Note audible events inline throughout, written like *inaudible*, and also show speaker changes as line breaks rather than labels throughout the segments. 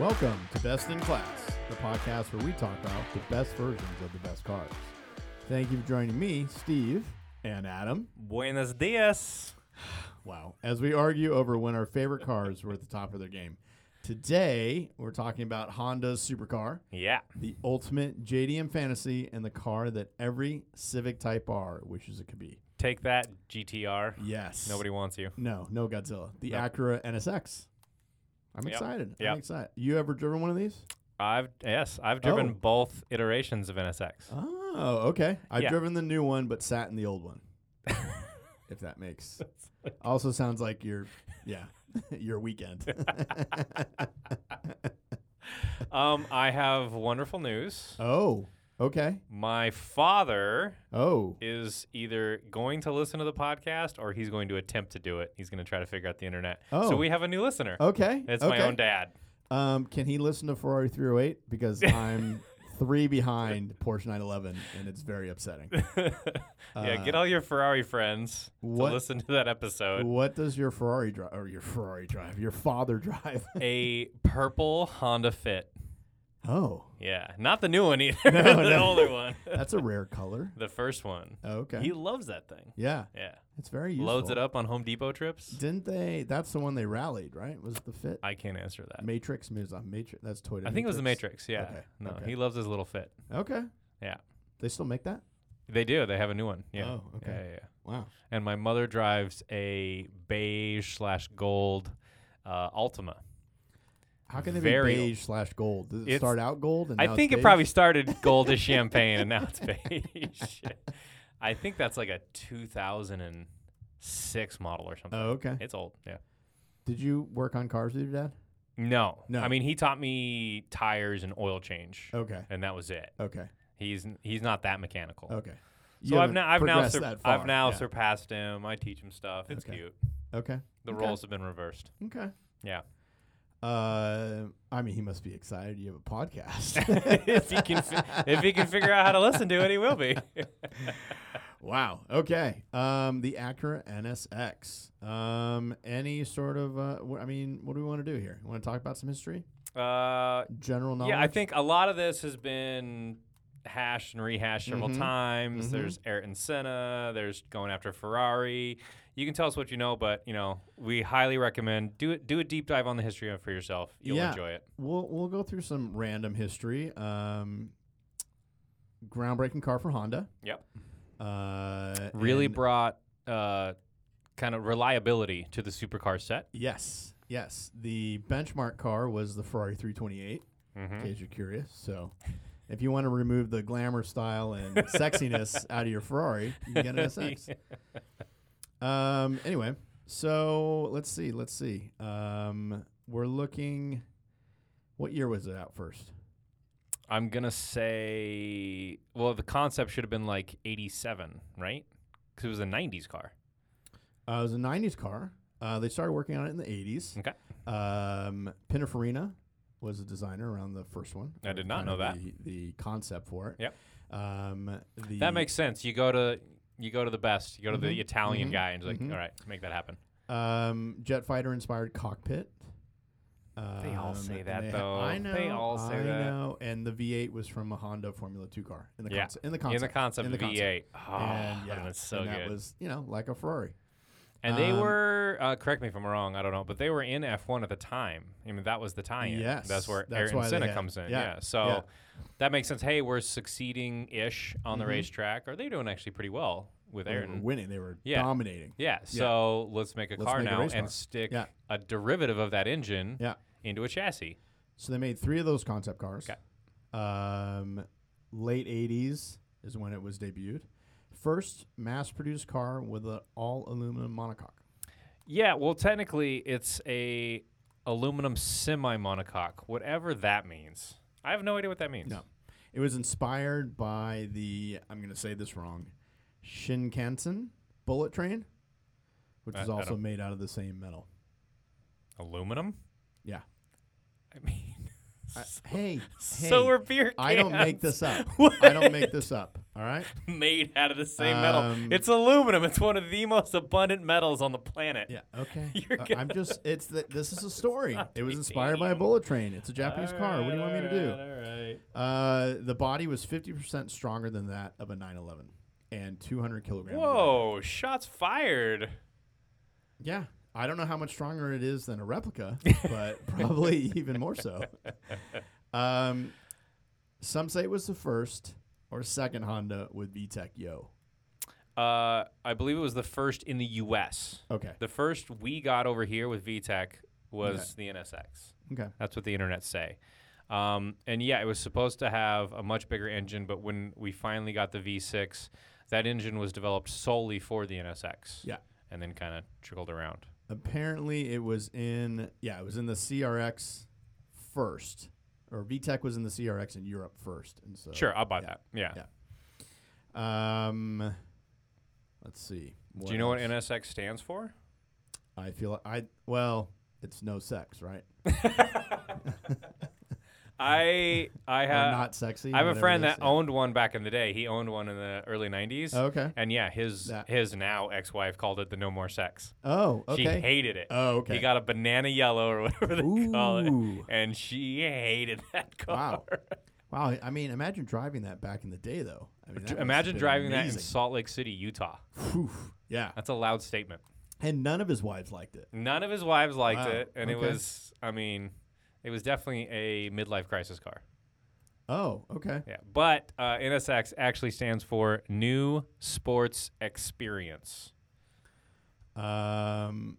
Welcome to Best in Class, the podcast where we talk about the best versions of the best cars. Thank you for joining me, Steve, and Adam.
Buenos dias.
Wow. As we argue over when our favorite cars were at the top of their game. Today, we're talking about Honda's supercar,
Yeah.
the ultimate JDM fantasy, and the car that every Civic Type R wishes it could be.
Take that, GTR.
Yes.
Nobody wants you.
No, no Godzilla. The
Nope.
Acura NSX. I'm
Yep.
excited.
Yep.
I'm excited. You ever driven one of these?
I've yes, I've driven
Oh.
both iterations of NSX.
Oh, okay. I've
Yeah.
driven the new one, but sat in the old
*laughs*
one. if that makes. Also sounds like your, yeah, *laughs* your weekend.
Um, I have wonderful news.
oh, okay.
My father
Oh,
is either going to listen to the podcast or he's going to attempt to do it. He's going to try to figure out the internet.
Oh.
So we have a new listener.
okay.
It's
okay.
my own dad. *laughs*
Um, can he listen to Ferrari 308 because I'm three behind Porsche 911, and it's very
*laughs*
upsetting.
yeah, get all your Ferrari friends
what-
to listen to that episode.
What does your Ferrari drive or your Ferrari drive? Your father drive? *laughs*
A purple Honda Fit.
oh,
Yeah, not the new one either. *laughs* the
*laughs* no.
older one.
that's a rare color.
The first one.
Okay.
He loves that thing.
yeah,
Yeah.
it's very useful.
Loads it up on Home Depot trips.
Didn't they? That's the one they rallied, right? Was it the fit?
I can't answer that.
Matrix moves on Matrix. That's Toyota.
I think it was the Matrix. Yeah.
Okay,
No,
okay.
he loves his little fit.
Okay.
Yeah.
They still make that?
They do. They have a new one. Yeah.
Oh, okay.
Yeah, yeah, yeah.
Wow.
And my mother drives a beige slash gold uh, Altima.
How can they
Very
be beige slash gold? Does it
It's-
start out gold? And now
I
it's
think it
beige? *laughs*
probably started gold as champagne and now it's beige. *laughs* I think that's like a 2006 model or something.
Oh, okay.
It's old. Yeah.
Did you work on cars with your dad?
No.
No. Oh.
I mean, he taught me tires and oil change,
Okay.
and that was it.
Okay.
He's n- he's not that mechanical.
Okay. Oh, You
So I've
haven't
now I've now
progressed
sur-
that far.
I've now
Yeah.
surpassed him. I teach him stuff. It's
Okay.
cute.
Okay.
The
Okay.
roles have been reversed. *laughs*
Okay.
Yeah.
Uh, I mean, he must be excited. You have a podcast. *laughs*
*laughs* if he can fi- if he can figure out how to listen to it, he will be. *laughs* Uh,
wow. Okay. Um, the Acura NSX. Um, any sort of, uh, wh- I mean, what do we want to do here? Want to talk about some history?
Uh,
General knowledge?
Yeah, I think a lot of this has been hashed and rehashed several
Mhm.
times.
Mhm.
There's Ayrton Senna. There's going after Ferrari. You can tell us what you know, but you know we highly recommend do it. Do a deep dive on the history of it for yourself. You'll
Yeah.
enjoy it.
We'll we'll go through some random history. Um, groundbreaking car for Honda.
Yep.
Uh,
Really
and-
brought uh, kind of reliability to the supercar set.
yes, yes. The benchmark car was the Ferrari 328.
Mhm.
In case you're curious, so if you want to remove the glamour style and sexiness out of your Ferrari, you can get an SX. Um. Anyway, so let's see. Let's see. Um. We're looking. What year was it out first?
I'm gonna say, well, the concept should have been like '87, right? Because it was a '90s car.
Uh, it was a 90s car. Uh, they started working on it in the 80s.
Okay.
Um, Pininfarina was a designer around the first one.
I did not
Kind
know
of
that.
The, the concept for it.
Yep.
Um, the,
That makes sense. You go to you go to the best. You go to
Mhm,
the Italian
mhm,
guy and he's like,
mhm.
all right, make that happen.
um, jet fighter inspired cockpit.
They all
Um,
say
and
that,
they ha-
though.
I know.
They all say
I
that.
know. And the V8 was from a Honda Formula Two car in the
Yeah.
concept. In the
in the
concept.
concept
in the
of
concept.
V8. Oh,
And,
that
yeah,
was so
and that
good.
was you know like a Ferrari.
and they
um,
were, uh, correct me if I'm wrong, I don't know, but they were in F1 at the time. I mean, that was the tie-in.
Yes,
that's where
that's why
Ayrton
they
Senna
had-
comes in.
yeah,
Yeah. So
yeah.
that makes sense. Hey, we're succeeding-ish on the
Mhm.
racetrack. Are they doing actually pretty well with
They were
Ayrton?
winning. They were
Yeah.
dominating.
Yeah. So let's make a
Let's
car
make a
now
race
and
car.
stick
Yeah.
a derivative of that engine
Yeah.
into a chassis.
So they made three of those concept cars.
Okay.
Um, late '80s is when it was debuted. First mass-produced car with an all-aluminum monocoque.
Yeah, well, technically, it's a aluminum semi monocoque, whatever that means. I have no idea what that means.
No. It was inspired by the I'm going to say this wrong, Shinkansen bullet train, which
I-
is
I
also
don't-
made out of the same metal.
Aluminum?
Yeah.
I mean, *laughs*
I- hey,
so
hey,
were beer cans.
I don't make this up. I don't make this up. All right.
*laughs* made out of the same metal.
Um,
It's aluminum. It's one of the most abundant metals on the planet.
Yeah. Okay.
*laughs* You're
Uh, I'm just. It's the, This is a story. It was inspired by a
damn.
bullet train. It's a Japanese
All
car. What do you want me
right,
to do?
all right, all
Uh,
right.
the body was 50% stronger than that of a 911 and 200 kilograms. lighter.
Whoa! Shots fired.
Yeah. I don't know how much stronger it is than a
*laughs*
replica, but probably even more so. Um, some say it was the first or second Honda with VTEC Yo.
Uh, I believe it was the first in the U.S.
Okay.
The first we got over here with VTech was the NSX.
Okay.
That's what the internet say. Um, and yeah, it was supposed to have a much bigger engine, but when we finally got the V6, that engine was developed solely for the NSX.
Yeah.
And then kind of trickled around.
Apparently, it was in yeah, it was in the CRX first, or VTEC was in the CRX in Europe first, and so
sure, I'll buy
yeah,
that. Yeah.
yeah. Um, let's see.
Do you know what
else?
NSX stands for?
I feel I well, it's no sex, right?
I I
Or
have
not sexy.
I have a
whatever
friend
it is.
that owned one back in the day. He owned one in the early '90s.
Oh, okay.
And yeah, his
That-
his now ex-wife called it the no more sex.
Oh,
She
okay.
hated it.
Oh, okay.
He got a banana yellow or whatever they call it,
Ooh.
and she hated *laughs* that car.
Wow. wow. I mean, imagine driving that back in the day, though. I mean, that must have
Imagine
been
driving that in
amazing.
Salt Lake City, Utah.
Phew. Yeah.
That's a loud statement.
And none of his wives liked it.
None of his wives liked
Wow,
it, and it
okay.
was, I mean, it was definitely a midlife crisis car.
Oh, okay.
Yeah, but uh, NSX actually stands for New Sports Experience.
Um,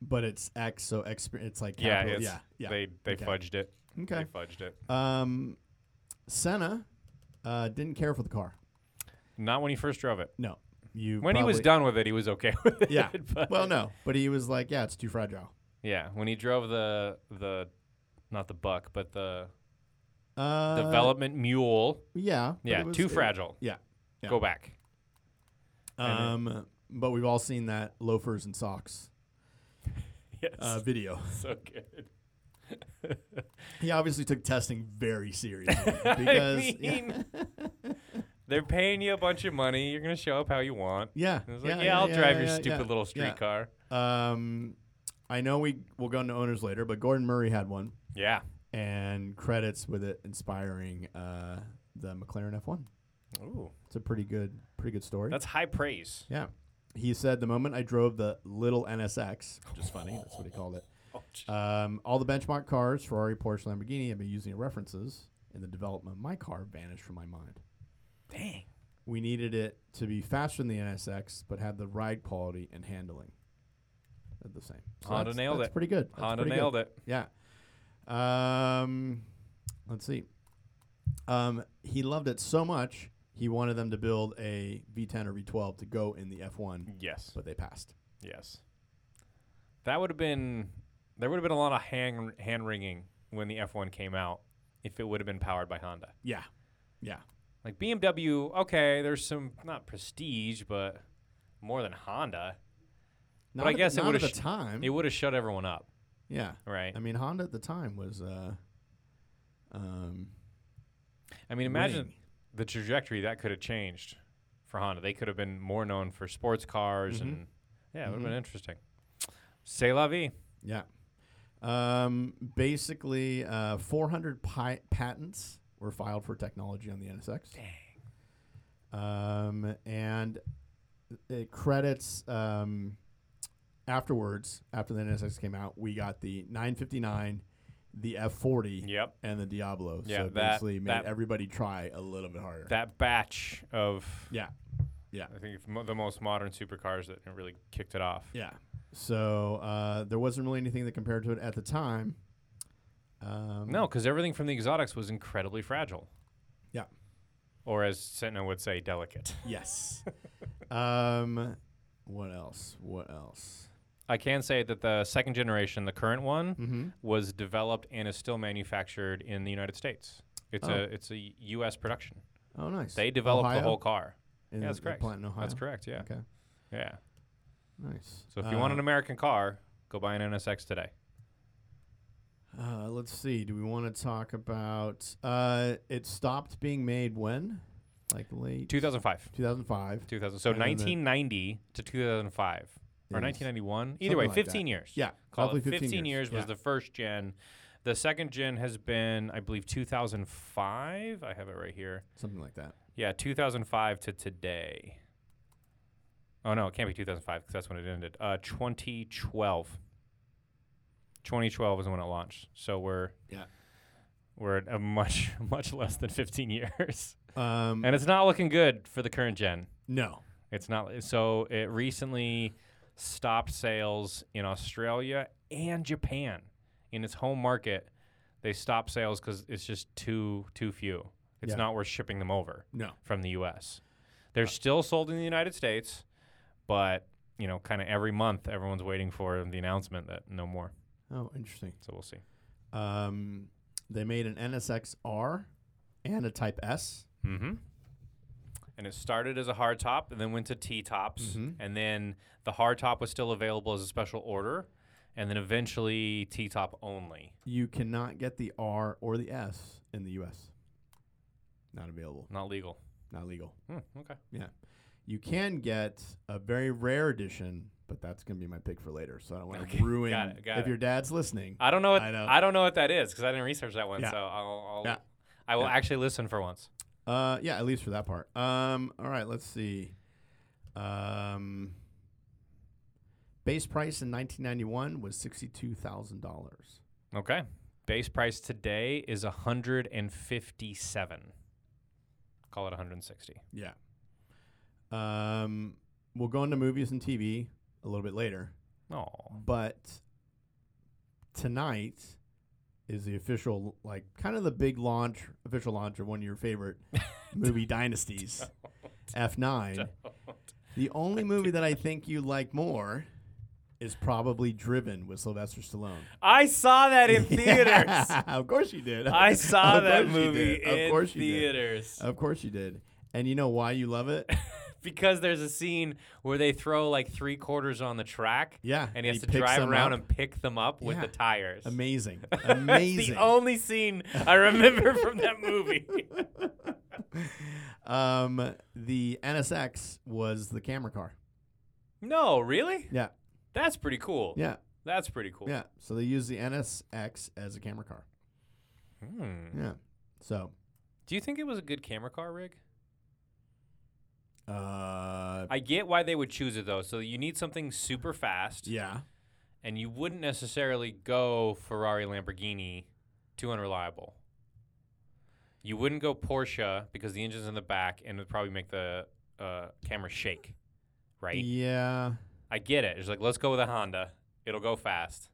but it's X, so exper- it's like
Yeah,
capital-
it's,
yeah, yeah.
They they
Okay.
fudged it.
okay.
They fudged it.
Um, Senna uh, didn't care for the car.
Not when he first drove it.
No, you.
When he was
probably-
done with it, he was okay *laughs* with it.
Yeah.
but-
Well, no, but he was like, yeah, it's too fragile.
Yeah, when he drove the the not the buck, but the
Uh,
development mule.
Yeah. but
Yeah,
it was-
too
it-
fragile.
yeah, yeah.
Go back. And
Um, but we've all seen that loafers and socks
*laughs* Yes. *laughs*
uh, video. *laughs*
so good.
He obviously took testing very seriously
*laughs* I
because yeah,
mean, they're paying you a bunch of money. You're gonna show up how you want.
yeah,
And it's like, yeah, I'll drive your stupid little street
streetcar.
car.
Um, I know we will go into owners later, but Gordon Murray had one
Yeah.
and credits with it inspiring uh, the McLaren F1.
Ooh,
It's a pretty good, pretty good story.
that's high praise.
yeah. He said the moment I drove the little NSX, which is funny, that's what he called it.
Oh, gee.
Um, all the benchmark cars, Ferrari, Porsche, Lamborghini, I've been using as references in the development of my car vanished from my mind.
Dang.
We needed it to be faster than the NSX, but had the ride quality and handling at the same.
Honda
that's,
nailed
that's
it.
Pretty good. That's
Honda
pretty good.
nailed it.
Yeah. Um, let's see. Um, he loved it so much he wanted them to build a V10 or V12 to go in the F1,
Yes.
but they passed.
Yes. That would have been there would have been a lot of hand hand wringing when the F1 came out if it would have been powered by Honda.
Yeah. Yeah.
Like BMW, okay, there's some not prestige, but more than Honda. But I
at-
guess it
not
would've
at
sh-
the time.
It would have shut everyone up,
yeah.
right?
I mean, Honda at the time was. Uh, um,
I mean, imagine
winning.
the trajectory that could have changed for Honda. They could have been more known for sports cars
Mhm.
and yeah, it would have been
Mhm.
interesting. C'est la vie.
Yeah. Um, basically, uh, 400 pi- patents were filed for technology on the NSX. Um, and it credits um, afterwards, after the NSX came out, we got the 959, the F40,
Yep.
and the Diablo.
Yeah,
so it
that-
basically made
that-
everybody try a little bit harder.
That batch of
yeah.
I think it's mo- the most modern supercars that really kicked it off.
Yeah. So uh, there wasn't really anything that compared to it at the time. Um,
No, because everything from the exotics was incredibly fragile.
Yeah.
Or as Sentinel would say, delicate.
Yes. *laughs* um, what else? What else?
I can say that the second generation, the current one,
Mm-hmm.
was developed and is still manufactured in the United States. It's
Oh.
a it's a U.S. production.
Oh, nice.
They developed
Ohio?
the whole car.
In
yeah,
the-
that's
the
correct.
Plant in Ohio.
That's correct. Yeah.
Okay.
Yeah.
Nice.
So if you want
Uh,
an American car, go buy an NSX today.
Uh, let's see. Do we want to talk about? Uh, it stopped being made when, like late
2005.
2005.
2000. So
And then the-
1990 to 2005 or
Yes.
1991. Either
Something
way,
like that.
15 years.
Yeah,
Call
roughly
it 15, years, was
Yeah.
the first gen. The second gen has been, I believe, 2005. I have it right here.
something like that.
Yeah, 2005 to today. Oh no, it can't be 2005 because that's when it ended. Uh, 2012. 2012 is when it launched. So we're
Yeah.
we're at a much *laughs* much less than 15 years,
Um,
and it's not looking good for the current gen.
no.
It's not so. It recently stopped sales in Australia and Japan in its home market. They stopped sales because it's just too too few. It's
Yeah.
not worth shipping them over
No.
from the U.S. They're
Uh,
still sold in the United States, but you know, kind of every month, everyone's waiting for the announcement that no more.
Oh, interesting.
So we'll see.
Um, they made an NSXR and a Type S.
Mm-hmm. And it started as a hard top, and then went to T tops,
Mhm.
and then the hard top was still available as a special order, and then eventually T top only.
You cannot get the R or the S in the U.S. Not available.
Not legal.
Not legal.
Hmm, okay.
You can get a very rare edition, but that's going to be my pick for later. So I don't want to
Okay,
ruin.
got it, got
if
it.
your dad's listening,
I don't know what
I
I,
know.
don't know what that is because I didn't research that one.
Yeah.
So I'll, I'll
Yeah.
I will
Yeah.
actually listen for once.
Uh, yeah, at least for that part. Um, all right, let's see. Um, base price in 1991 was sixty-two thousand dollars.
Okay. Base price today is 157. Call it 160.
Yeah. Um, we'll go into movies and TV a little bit later,
Oh.
but tonight is the official, like, kind of the big launch, official launch of one of your
*laughs*
favorite movie dynasties, F9. The only movie that I think you like more is probably Driven with Sylvester Stallone.
I saw that in
*laughs* Yeah, of course you did.
I saw
Of
that
course you
movie
did. Of
in
course you did. Uh,
theaters
Of course you did. And you know why you love it?
because there's a scene where they throw like three quarters on the track
Yeah.
*laughs* and he has to
picks
drive
them
around
up.
and pick them up with
Yeah.
the tires.
Amazing.
*laughs* That's the
Amazing.
only scene I remember from that movie.
*laughs* um, the NSX was the camera car.
no, really?
Yeah.
That's pretty cool.
Yeah.
That's pretty cool.
Yeah. So they used the NSX as a camera car.
Hmm.
Yeah. So,
Do you think it was a good camera car rig?
uh,
I get why they would choose it though. So you need something super fast,
yeah.
and you wouldn't necessarily go Ferrari, Lamborghini, too unreliable. You wouldn't go Porsche because the engine's in the back and it would probably make the uh, camera shake, right?
Yeah.
I get it. It's like let's go with a Honda. It'll go fast.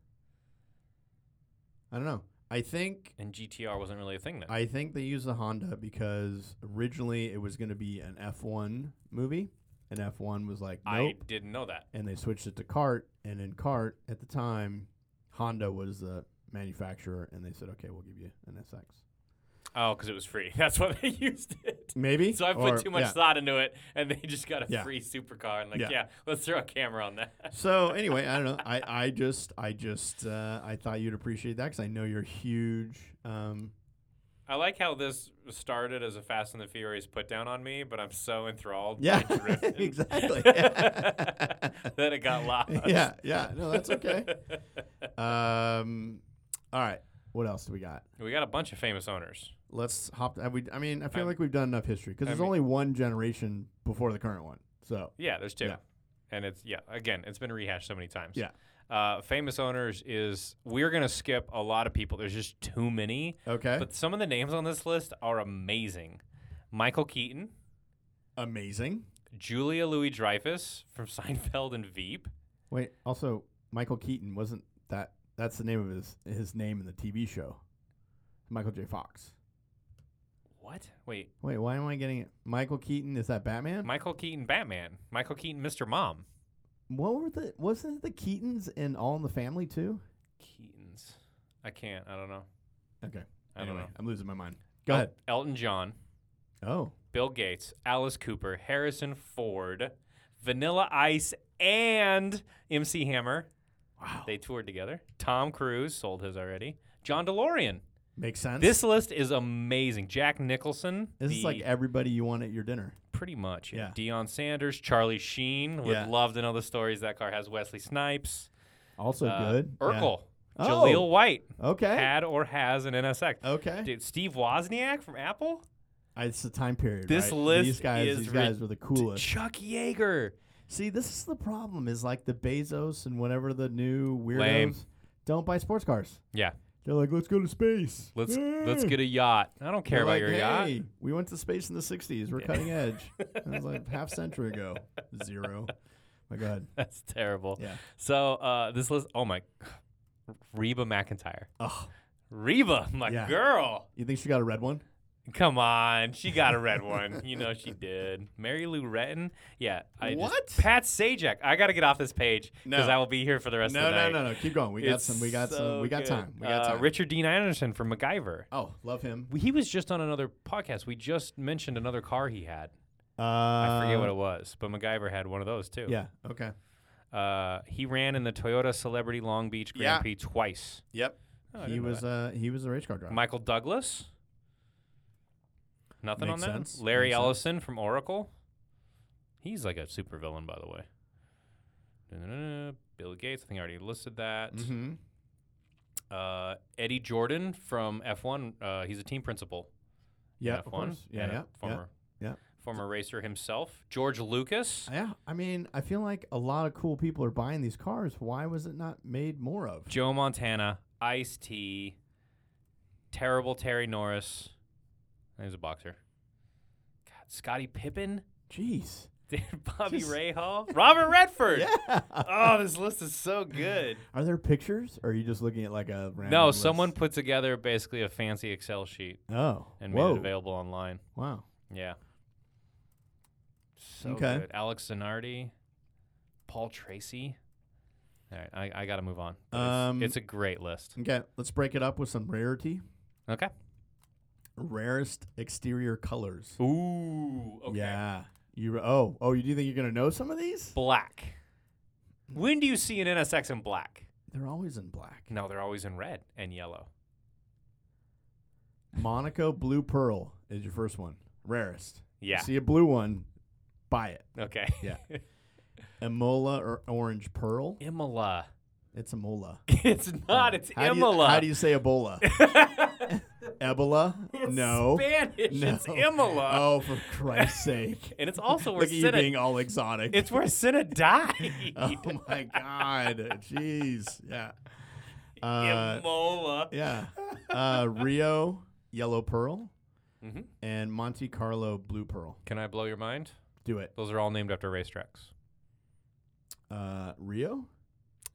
I don't know. I think
And GTR wasn't really a thing then.
I think they used the Honda because originally it was going to be an F1 movie, and F1 was like,
I
nope.
didn't know that.
And they switched it to CART, and in CART at the time, Honda was the manufacturer, and they said, okay, we'll give you an SX.
Oh, because it was free. *laughs* That's why they used it.
Maybe.
So I
or-
put too much
yeah.
thought into it, and they just got a
Yeah.
free supercar and like,
Yeah.
yeah. let's throw a camera on that.
So anyway, I don't know. I, I just I just uh, I thought you'd appreciate that because I know you're huge. Um, *laughs*
I like how this started as a Fast and the Furious put down on me, but I'm so enthralled.
yeah, *laughs*
by Driven
exactly. *laughs*
*laughs* that it got lost.
yeah, yeah. No, that's okay. Um, all right. What else do we got?
*laughs* we got a bunch of famous owners.
Let's hop. Have we, I mean, I feel
I-
like we've done enough history because
Um, I
there's
mean-
only one generation before the current one. So
Yeah, there's two.
Yeah.
And it's yeah, again, it's been rehashed so many times.
Yeah.
Uh, famous owners is we're gonna skip a lot of people. There's just too many.
okay,
But some of the names on this list are amazing. Michael Keaton,
amazing.
Julia Louis Dreyfus from *laughs* Seinfeld and Veep.
Wait, also Michael Keaton wasn't that? That's the name of his his name in the TV show. Michael J. Fox.
What? Wait,
Wait, why am I getting it? Michael Keaton is that Batman?
Michael Keaton Batman. Michael Keaton Mr. Mom.
what were the? Wasn't it the Keatons in All in the Family too?
Keatons. I can't. I don't know.
Okay,
I don't know.
I'm losing my mind. Go
El-
ahead.
Elton John,
Oh,
Bill Gates, Alice Cooper, Harrison Ford, Vanilla Ice, and MC Hammer.
wow.
They toured together. Tom Cruise sold his already. John DeLorean.
Makes sense.
This list is amazing. Jack Nicholson.
This is
the-
like everybody you want at your dinner.
pretty much. Yeah.
Yeah.
Deion Sanders, Charlie Sheen. Would
Yeah.
love to know the stories that car has. Wesley Snipes.
Also
uh,
good. Yeah.
Urkel.
Oh.
Jaleel White
Okay.
had or has an NSX.
okay.
Dude, Steve Wozniak from Apple.
I- it's the time period.
This
right?
list
These guys,
is
these guys were the coolest.
Chuck Yeager.
See, this is the problem. Is like the Bezos and whatever the new weirdos
Lame.
don't buy sports cars.
Yeah.
They're like, let's go to space.
Let's let's
Yeah."
get a yacht. I don't
Mm.
care
They're
about
like,
your yacht.
hey, We went to space in the '60s. We're cutting edge. That was like half century ago. Zero. My God.
*laughs* That's terrible.
Yeah.
So uh, this list. Oh my, *sighs* Reba McIntyre.
Oh,
Reba, my
Yeah.
girl.
you think she got a red one?
Come on, she got a red one. You know she did. *laughs* Mary Lou Retton. Yeah. I
What?
Just, Pat Sajak. I got to get off this page because
No.
I will be here for the rest
No,
of the
no,
night.
no, no. Keep going. We got
It's
some. We got some.
so
We got
good.
time. We got
Uh,
time.
Richard Dean Anderson from MacGyver.
Oh, love him.
He was just on another podcast. We just mentioned another car he had.
Uh,
I forget what it was, but MacGyver had one of those too.
Yeah. Okay.
Uh, he ran in the Toyota Celebrity Long Beach Grand
Yeah.
Prix twice.
Yep.
Oh, I
he
didn't know
was.
that.
Uh, he was a race car driver.
Michael Douglas. Nothing
Makes
on that.
sense.
Larry
Makes sense.
Ellison from Oracle. He's like a supervillain, by the way. Da-da-da-da. Bill Gates. I think I already listed that.
Mm-hmm.
Uh, Eddie Jordan from F1. Uh, he's a team principal. in
Yeah.
F1.
Of course. Yeah.
and a
Yeah. Yeah.
Former,
yeah.
former racer himself. George Lucas.
Yeah, I mean, I feel like a lot of cool people are buying these cars. Why was it not made more of?
Joe Montana, Ice T, terrible Terry Norris. He was a boxer. God, Scottie Pippen, *laughs*
Jeez.
Bobby
Just-
Ray Hall,
*laughs*
Robert Redford.
Yeah.
Oh, this list is
*laughs*
so good.
Are there pictures? Or are you just looking at like a random
no,
list?
someone put together basically a fancy Excel sheet
Oh.
and
whoa.
made it available online.
Wow.
Yeah. So
Okay.
good. Alex Zanardi, Paul Tracy. All right, I, I got to move on. But it's-
Um,
it's a great list.
Okay, let's break it up with some rarity.
Okay.
Rarest exterior colors.
Ooh. Okay.
Yeah. You oh oh you do think you're gonna know some of these?
black. When do you see an NSX in black?
They're always in black.
No, they're always in red and yellow.
Monaco blue pearl is your first one. Rarest.
Yeah.
See a blue one, buy it.
Okay. *laughs*
Yeah. Emola or orange pearl?
Imola. *laughs*
It's Emola.
It's not. It's
How do you-
Imola.
how do you say
*laughs*
Ebola? Ebola?
It's
no.
Spanish.
No.
It's Imola.
Oh, for Christ's sake.
*laughs* And
*laughs*
it's also where
Look at you
Senna.
being all exotic.
It's
*laughs*
where Senna died. *laughs*
oh my God. Jeez. Yeah. Uh,
*laughs* Imola.
yeah. Uh, Rio, yellow pearl,
hmm
and Monte Carlo, blue pearl.
Can I blow your mind?
Do it.
Those are all named after racetracks.
Uh, Rio?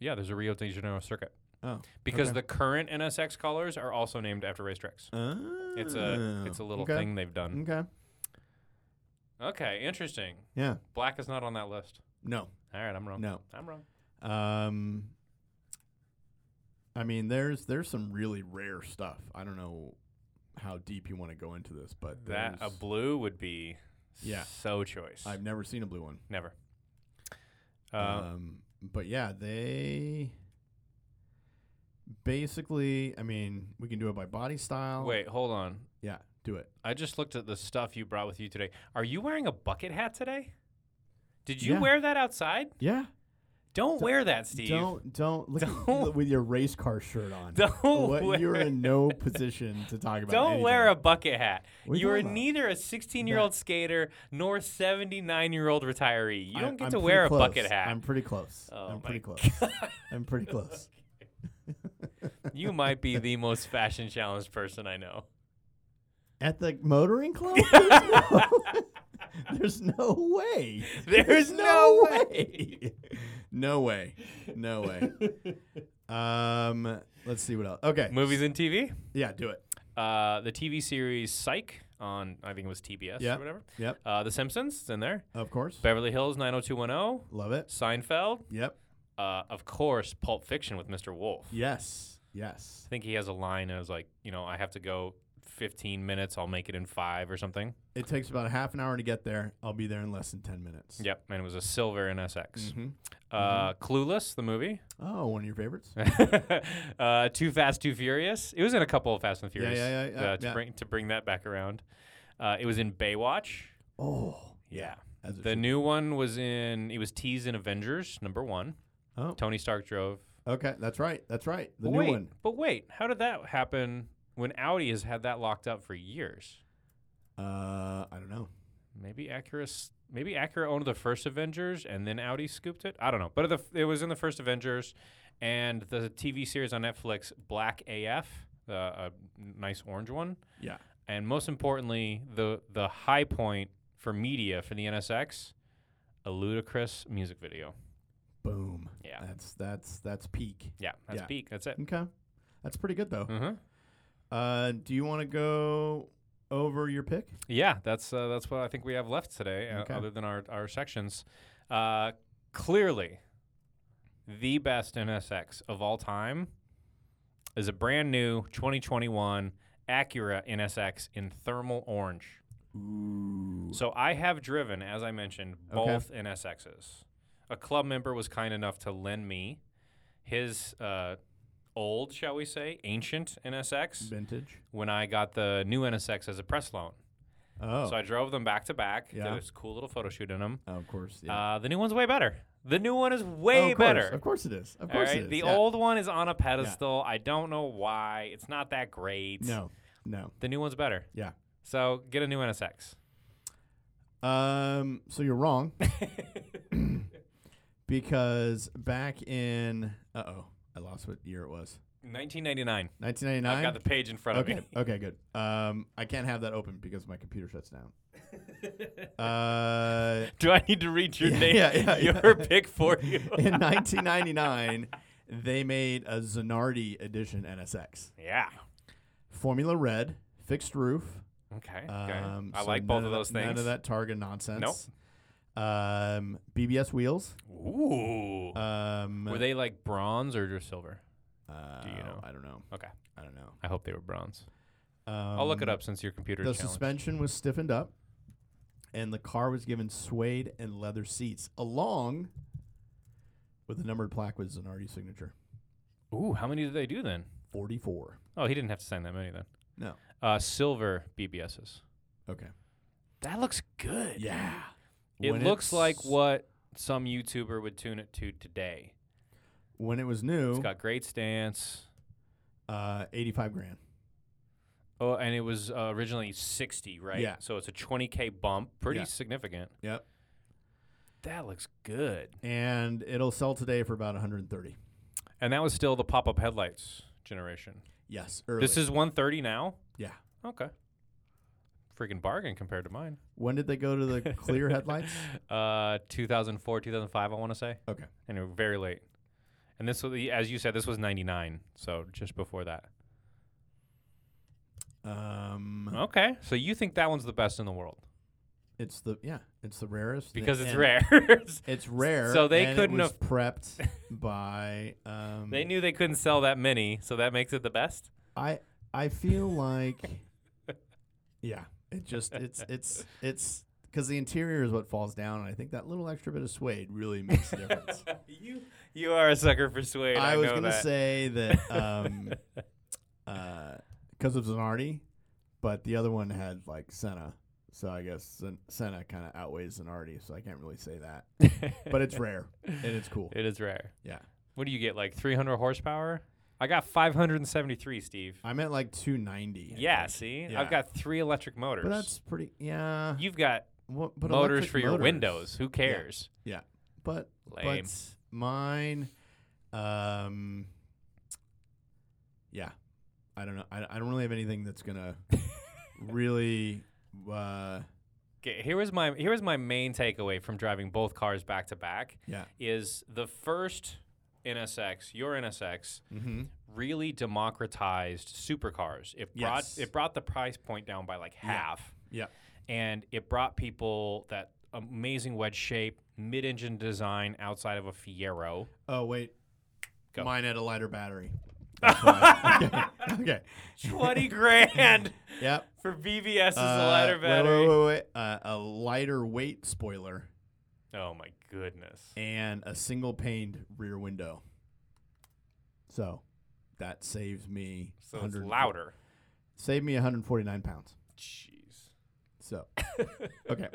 Yeah, there's a Rio de Janeiro circuit
Oh.
because
Okay.
the current NSX colors are also named after racetracks. It's a it's a little
Oh. okay. Mm.
thing they've done.
Okay.
Okay, interesting.
Yeah.
Black is not on that list.
No.
All right, I'm wrong.
No.
I'm wrong.
Um, I mean, there's there's some really rare stuff. I don't know how deep you want to go into this, but
That a
there's-
blue would be
Yeah.
so choice.
I've never seen a blue one.
Never. Uh,
um, but yeah, they basically. I mean, we can do it by body style.
wait, hold on.
yeah, do it.
I just looked at the stuff you brought with you today. Are you wearing a bucket hat today? Did you
Yeah.
wear that outside?
Yeah,
Don't wear that, Steve.
don't don't look at-
*laughs* Don't-
with your race car shirt on. *laughs*
Don't
What-
wear-
you're in no position to talk about.
Don't wear a
anything.
bucket hat.
What are you
You are
talking about?
neither a 16 year old skater nor 79 year old retiree. You
I-
don't get
I'm
to
pretty
wear a
close.
bucket hat.
I'm *laughs* pretty close.
Oh
I'm
my
pretty close. I'm pretty close.
*laughs* you might be the most fashion challenged person I know.
At the motoring
*laughs*
club? There's no, *laughs* there's no way.
There's no
way. no way. No way. Um, let's see what else. Okay.
Movies and TV?
Yeah, do it.
Uh, the TV series Psych on I think it was TBS
Yeah.
or whatever.
Yep.
Uh, the Simpsons it's in there.
Of course.
Beverly Hills 90210.
Love it.
Seinfeld.
Yep.
Uh, of course, Pulp Fiction with Mr. Wolf.
Yes. Yes.
I think he has a line as like, you know, I have to go 15 minutes. I'll make it in five or something.
It takes about a half an hour to get there. I'll be there in less than 10 minutes.
Yep. And it was a silver in SX.
Mhm.
Uh, Clueless, the movie. *laughs*
Oh, one of your favorites?
uh, Too Fast, Too Furious. It was in a couple of Fast and
yeah,
Furious.
yeah, yeah,
uh, to,
yeah.
Bring, to bring that back around. Uh, it was in Baywatch.
Oh,
Yeah.
As it
The
should.
new one was in, it was teased in Avengers, number one.
Oh.
Tony Stark drove.
Okay, that's right. That's right. The
but
new
wait,
one.
But wait, how did that happen when Audi has had that locked up for years?
Uh, I don't know.
Maybe Acura, s- maybe Acura owned the first Avengers and then Audi scooped it. I don't know, but the, it was in the first Avengers and the TV series on Netflix, Black AF, uh, a nice orange one,
Yeah.
and most importantly, the the high point for media for the NSX, a ludicrous music video.
Boom.
Yeah.
That's that's that's peak.
Yeah, that's
Yeah. Mm-hmm.
peak. That's it.
Okay. That's pretty good though.
hmm
Uh, do you want to go over your pick?
Yeah, that's uh, that's what I think we have left today, uh,
Okay.
other than our our sections. Uh, clearly, the best NSX of all time is a brand new 2021 Acura NSX in thermal orange.
Ooh.
So I have driven, as I mentioned,
Okay.
both NSXs. A club member was kind enough to lend me his uh, old, shall we say, ancient NSX
Vintage.
when I got the new NSX as a press loan.
Oh.
So I drove them back to back.
Yeah.
Did this cool little photo shoot in them.
oh of course. Yeah.
Uh, the new one's way better. The new one is
Oh,
way
of course,
better.
Of course it is. Of
All
course it
right.
is.
The
yeah.
old one is on a pedestal. I don't know why. It's not that great.
No. No.
The new one's better.
Yeah.
So get a new NSX.
Um. So you're
*laughs*
wrong. *clears throat* because back in uh oh, I lost what year it was.
1999. I've
1999.
got the page in front
Okay.
of me.
*laughs*
*laughs*
Okay. Good. Um, I can't have that open because my computer shuts
*laughs*
down. uh,
Do I need to read your
Yeah,
name?
yeah, yeah, yeah.
your pick for you.
*laughs* in 1999, they made a Zanardi edition NSX,
yeah.
Formula Red, fixed roof.
Okay. okay.
Um,
I
so
like both
none
of those
that-
things.
None of that Targa nonsense. Nope. Um, BBS wheels.
Ooh.
Um,
Were they like bronze or just silver?
uh,
do you know?
I don't know.
Okay.
I don't know.
I hope they were bronze.
Um,
I'll look it up since your computer
The
is challenged.
suspension was stiffened up, and the car was given suede and leather seats, along with a numbered plaque with Zanardi's signature.
Ooh, how many did they do then?
44.
Oh, he didn't have to sign that many then.
No.
Uh, silver BBSs.
Okay.
That looks good.
Yeah.
It
When
looks like
it's-
what some YouTuber would tune it to today.
When it was new,
It's got great stance.
uh, 85 grand.
Oh, and it was uh, originally 60, right?
Yeah.
So it's a 20K bump. Pretty
Yeah.
significant.
Yep.
That looks good.
And it'll sell today for about 130.
And that was still the pop up headlights generation.
Yes. Early.
This is 130 now?
Yeah.
Okay. Freaking bargain compared to mine.
When did they go to
*laughs*
the clear headlights?
Uh, 2004, 2005, I want to say.
Okay.
and it was very late. And this was, as you said, this was '99, so just before that.
Um,
Okay, so you think that one's the best in the world
It's the, yeah, it's the rarest.
because it's
and
*laughs* rare.
It's rare.
So they
and
couldn't
it was
have-
prepped
*laughs*
by. Um,
they knew they couldn't sell that many, so that makes it the best.
I I feel like yeah, it just it's it's it's because the interior is what falls down, and I think that little extra bit of suede really makes a difference.
*laughs* you you are a sucker for suede. I,
I was
know
gonna
that.
say
*laughs*
that um uh because of Zanardi, but the other one had like Senna, so I guess Sen- Senna kind of outweighs Zanardi, so I can't really say
*laughs*
that. But it's rare and it's cool.
it is rare.
Yeah,
What do you get? Like 300 horsepower? I got 573, Steve.
I meant like 290. I
Yeah,
think.
see,
Yeah.
I've got three electric motors.
but that's pretty. Yeah,
You've got
Wha- but
motors
electric
for your
motors.
windows. Who cares?
but
Lame.
But mine, um, yeah, I don't know. I, I don't really have anything that's
*laughs*
gonna really. Uh,
Okay, here was my here was my main takeaway from driving both cars back to back.
Yeah.
Is the first NSX, your NSX,
mm-hmm.
really democratized supercars. It brought
Yes.
it brought the price point down by like half.
Yeah.
And it brought people that amazing wedge shape, mid-engine design outside of a Fiero.
Oh wait,
Go. *laughs*
mine had a lighter battery. That's why. *laughs* okay. okay.
Twenty grand *laughs*
Yep.
for BVS's
Uh,
lighter
wait, Wait,
battery.
wait, wait. Uh, a lighter weight spoiler
Oh my goodness.
and a single paned rear window. So that saves me.
So it's
100
louder.
Saved me 149 pounds.
Jeez. *laughs*
So okay,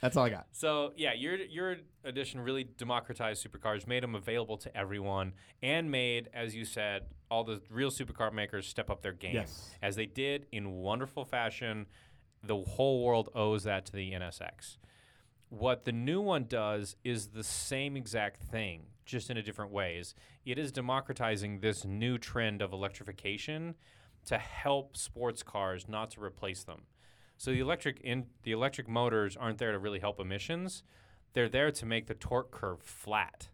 that's all I got.
So yeah, your your edition really democratized supercars, made them available to everyone, and made, as you said, all the real supercar makers step up their game,
Yes.
as they did in wonderful fashion. The whole world owes that to the NSX. What the new one does is the same exact thing, just in a different ways. It is democratizing this new trend of electrification to help sports cars, not to replace them. So the electric in the electric motors aren't there to really help emissions. They're there to make the torque curve flat.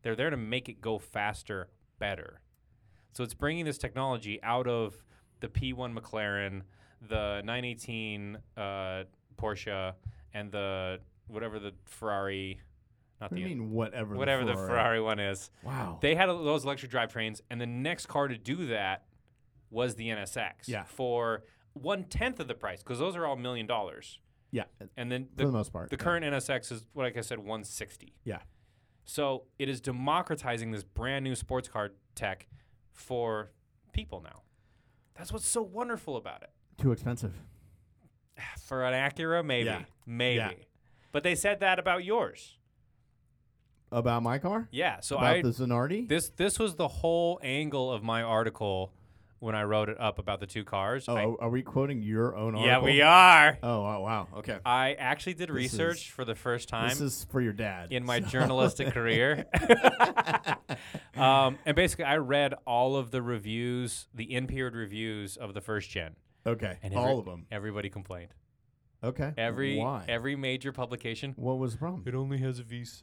They're there to make it go faster, better. So it's bringing this technology out of the P1 McLaren, the 918 uh, Porsche, and the whatever the Ferrari, not
I
the
mean, whatever.
whatever
the
the Ferrari one is.
Wow.
They had a, those electric drivetrains, and the next car to do that was the NSX.
Yeah.
For one tenth of the price, because those are all million dollars.
yeah,
And then
for the
the,
most part.
the current NSX is, like I said, 160.
Yeah.
So it is democratizing this brand new sports car tech for people now. That's what's so wonderful about it.
Too expensive.
*sighs* For an Acura, maybe,
Yeah.
maybe.
Yeah.
But they said that about yours.
About my car?
Yeah. So
About
I
the Zanardi?
This this was the whole angle of my article when I wrote it up about the two cars.
oh,
I-
are- are we quoting your own article?
yeah, we are.
Oh, wow. wow. Okay.
I actually did research
is-
for the first time
this is for your dad.
in
*laughs*
my
so- *laughs*
journalistic career. um, and basically, I read all of the reviews, the in-period reviews of the first gen,
Okay.
and every-
all of them.
Everybody complained.
Okay.
Every
Why?
every major publication.
what was the problem?
It only has a V6. It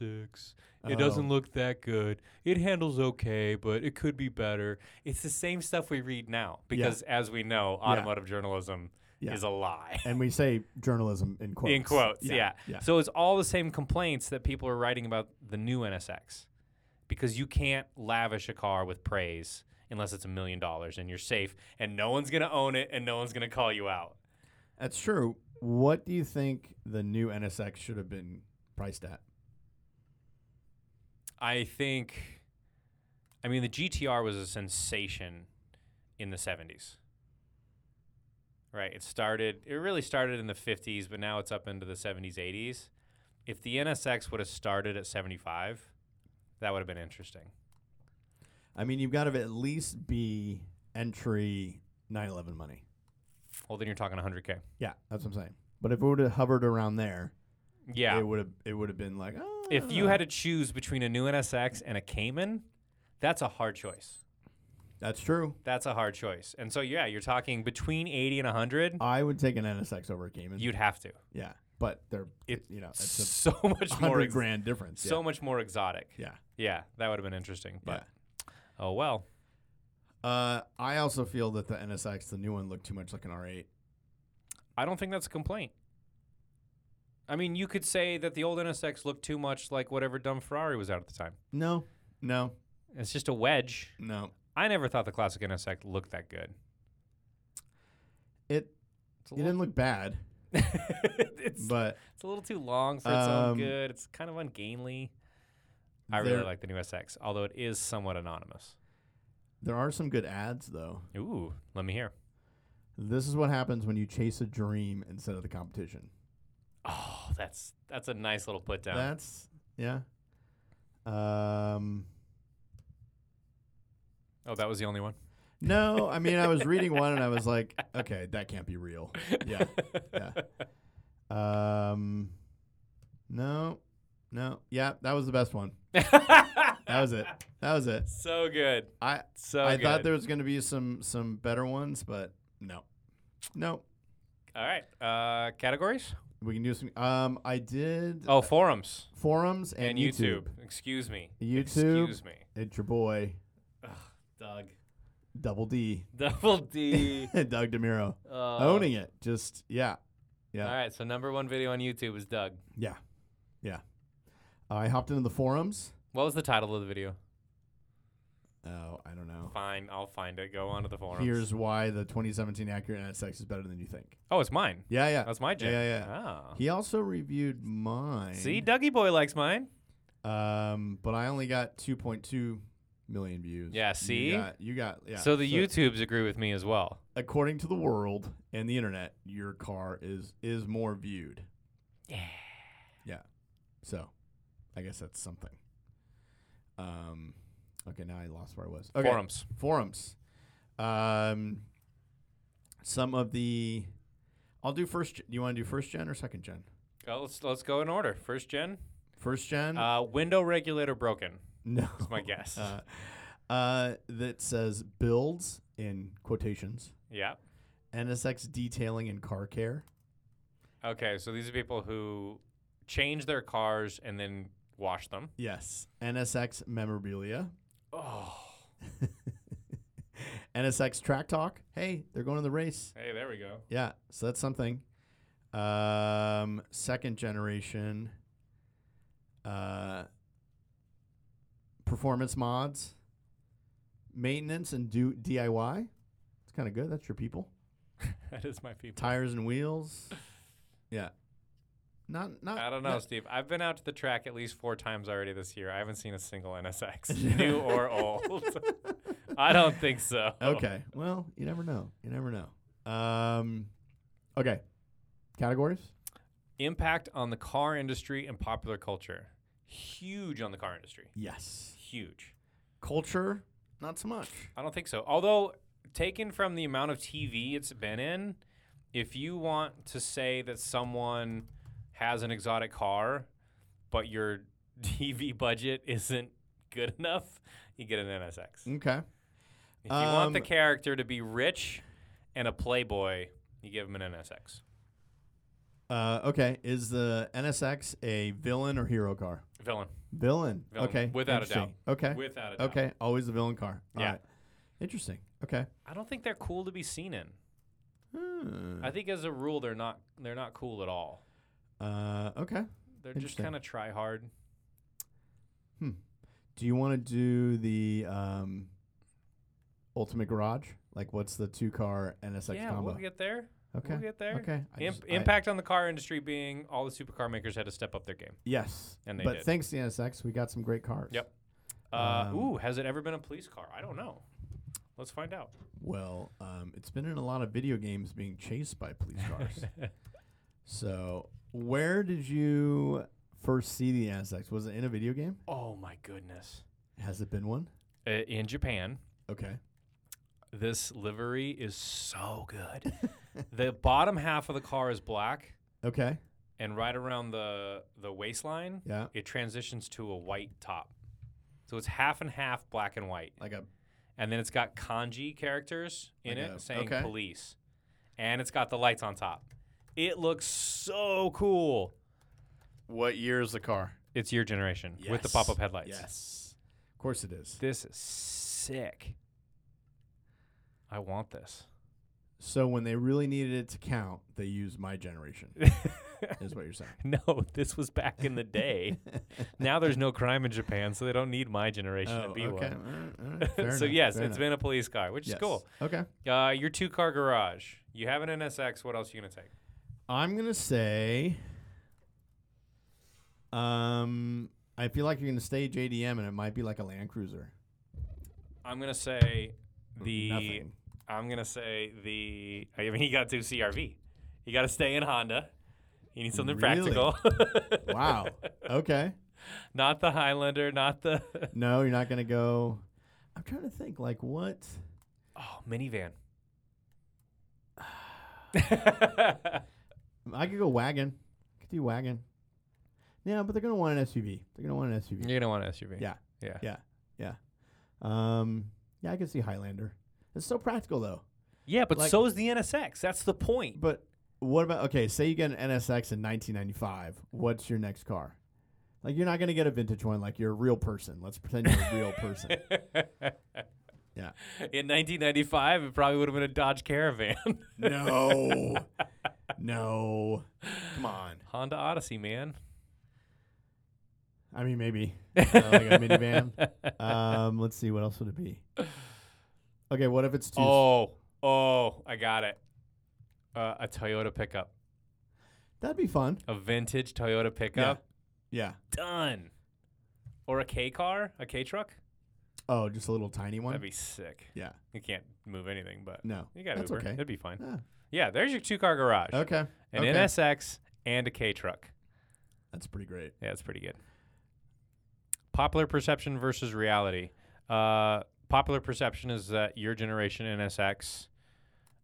Mm-hmm. Oh.
doesn't look that good. It handles okay, but it could be better. It's the same stuff we read now because, as we know,
Yeah.
automotive journalism
Yeah.
is a lie. *laughs*
And we say journalism in quotes.
In quotes, yeah.
Yeah.
So it's all the same complaints that people are writing about the new NSX because you can't lavish a car with praise unless it's a million dollars and you're safe and no one's going to own it and no one's going to call you out.
That's true. What do you think the new NSX should have been priced at?
I think, I mean, the GTR was a sensation in the 70s. Right? It started, it really started in the 50s, but now it's up into the 70s, 80s. If the NSX would have started at 75, that would have been interesting.
I mean, you've got to at least be entry 911 money.
Well, then you're talking 100K.
Yeah, that's what I'm saying. But if it would have hovered around there,
Yeah.
it would have it would have been like oh,
if you had to choose between a new NSX and a Cayman, that's a hard choice.
"Ah, that's true.
That's a hard choice. And so, yeah, you're talking between 80 and 100,
I would take an NSX over a Cayman.
you'd have to.
yeah, but they're
It-
you know it's
So much
a
more
hundred
ex-
grand difference.
so much more exotic.
yeah, yeah,
Yeah, that would have been interesting. But
yeah.
oh well.
Uh, I also feel that the NSX, the new one, looked too much like an R8.
I don't think that's a complaint. I mean, you could say that the old NSX looked too much like whatever dumb Ferrari was out at the time.
No, no,
It's just a wedge.
no.
I never thought the classic NSX looked that good.
It
It's a,
it didn't
little,
look bad,
*laughs* it's,
but
it's a little too long for its own
Um,
good. It's kind of ungainly. I really
there-
like the new SX, although it is somewhat anonymous.
there are some good ads though.
Ooh, let me hear.
This is what happens when you chase a dream instead of the competition.
Oh, that's that's a nice little put down.
That's yeah. Um,
oh, that was the only one.
no, I mean I was reading one and I was
*laughs*
like, okay, that can't be real. Yeah, yeah. Um, no, no, yeah, that was the best one. That was it. That was it.
so good.
I
So
I
Oh, good.
thought there was going to be some some better ones, but no, no.
All right. Uh, categories?
We can do some. Um, I did
Oh, forums
forums and,
and, YouTube. Excuse me.
YouTube.
Excuse me.
It's your boy
Doug. *laughs*
Double D, *laughs*
Double D.
Doug Demiro,
Uh,
owning it. Just yeah, yeah.
All right. So number one video on YouTube is Doug.
yeah, yeah. I hopped into the forums.
What was the title of the video?
Oh, I don't know.
Fine, I'll find it. Go onto the forums.
Here's why the 2017 Acura NSX is better than you think.
oh, it's mine.
Yeah, yeah.
That's my
Yeah,
gym.
yeah, yeah.
Ah.
He also reviewed mine.
See, Dougie Boy likes mine.
Um, but I only got 2.2 million views.
Yeah, see?
You got, you got yeah.
so the YouTubes agree with me as well.
according to the world and the internet, your car is is more viewed.
Yeah.
Yeah. So, I guess that's something. Um, okay, now I lost where I was. Okay.
Forums.
Forums. Um, some of the, I'll do first. gen- Do you want to do first gen or second gen?
Oh, let's let's go in order. First gen.
First gen.
Uh, window regulator broken.
*laughs* no,
That's my guess.
*laughs* Uh, uh, that says builds in quotations.
yeah.
NSX detailing and car care.
Okay, so these are people who change their cars and then wash them.
Yes. NSX memorabilia.
Oh.
NSX track talk. Hey, they're going to the race.
Hey, there we go.
Yeah. So that's something. Um, second generation. Uh, performance mods. Maintenance and do DIY. It's kind of good. That's your people.
*laughs* that is my people.
Tires and wheels. Yeah. Not not.
I don't
*laughs*
know,
not-
Steve. I've been out to the track at least four times already this year. I haven't seen a single *laughs* NSX, new or old. *laughs*
*laughs*
I don't think so.
Okay. Well, you never know. You never know. Um, okay. Categories.
Impact on the car industry and popular culture. Huge on the car industry.
Yes.
Huge.
Culture. Not so much.
I don't think so. Although, taken from the amount of TV it's been in, if you want to say that someone has an exotic car, but your *laughs* TV budget isn't good enough, you get an NSX.
Okay.
If you want the
Um,
character to be rich and a playboy, you give him an NSX.
Uh, okay. Is the NSX a villain or hero car?
Villain.
Villain.
Villain,
Okay.
without a doubt.
Interesting. Okay.
Without a doubt.
Okay. Always the villain car. All right.
Yeah.
Interesting. Okay.
I don't think they're cool to be seen in.
Hmm.
I think as a rule they're not they're not cool at all.
Uh, okay.
They're just
Interesting.
kind of try hard.
Do you want to do the um, ultimate garage? Like, what's the two car NSX
yeah,
combo?
we'll get there.
okay.
We'll get there.
Okay. I
Imp-
just- I-
impact on the car industry being all the supercar makers had to step up their game.
Yes.
And they
but
did.
thanks to NSX, we got some great cars.
Yep. Uh,
Um,
ooh, has it ever been a police car? I don't know. Let's find out.
Well, um, it's been in a lot of video games being chased by police
*laughs*
cars. so, where did you first see the NSX? Was it in a video game?
Oh my goodness!
Has it been one?
Uh, in Japan,
Okay.
this livery is so good. *laughs* the bottom half of the car is black,
Okay.
and right around the the waistline,
Yeah.
it transitions to a white top. So it's half and half black and white,
Like a
and then it's got kanji characters in
Like
it
a-
saying
Oh, okay.
police, and it's got the lights on top. It looks so cool.
what year is the car?
It's your generation with the
Yes.
pop up headlights.
Yes. Of course it is.
This is sick. I want this. *laughs*
So when they really needed it to count, they used my generation. is what you're
*laughs*
saying.
No, this was back in the
*laughs*
day. now there's no crime in Japan, so they don't need my generation to be
Oh, okay.
one.
All right, all
*laughs*
right. Fair
so
enough,
yes,
fair
it's been a police car, which
Yes.
is cool.
Okay.
Uh, your two car garage. You have an NSX. What else are you gonna take?
I'm gonna say. Um, I feel like you're gonna stay JDM, and it might be like a Land Cruiser.
I'm gonna say the.
Nothing.
I'm gonna say the. I mean, he got to CRV. You got to stay in Honda. You need something
Really?
practical. *laughs*
Wow. okay.
not the Highlander. Not the.
No, you're not gonna go. I'm trying to think. Like what?
Oh, minivan.
I could go wagon. I could do wagon. Yeah, but they're gonna want an SUV. They're gonna want an SUV.
*laughs* You're gonna want an SUV.
Yeah.
Yeah.
Yeah. Um. Yeah, I could see Highlander. It's so practical though.
Yeah, but
Like-
so is the NSX. That's the point.
But what about okay? Say you get an NSX in 1995. What's your next car? Like you're not gonna get a vintage one. Like you're a real person. Let's pretend you're a real person. *laughs*
*laughs*
Yeah.
In 1995, it probably would have been a Dodge Caravan. *laughs*
No. *laughs* no. Come on.
*laughs* Honda Odyssey, man.
I mean, maybe uh, like a
*laughs*
minivan. Um, let's see, what else would it be? Okay, what if it's too?
Oh, oh, I got it. Uh, a Toyota pickup,
That'd be fun.
a vintage Toyota pickup,
Yeah.
done. Or a K car, a K truck.
Oh, just a little tiny one.
That'd be sick.
yeah.
You can't move anything, but
No.
you got
That's
Uber.
okay.
It'd be fine.
Yeah.
Yeah, there's your two car garage.
Okay.
An
okay.
NSX and a K truck.
That's pretty great.
Yeah, that's pretty good. Popular perception versus reality. Uh, popular perception is that your generation NSX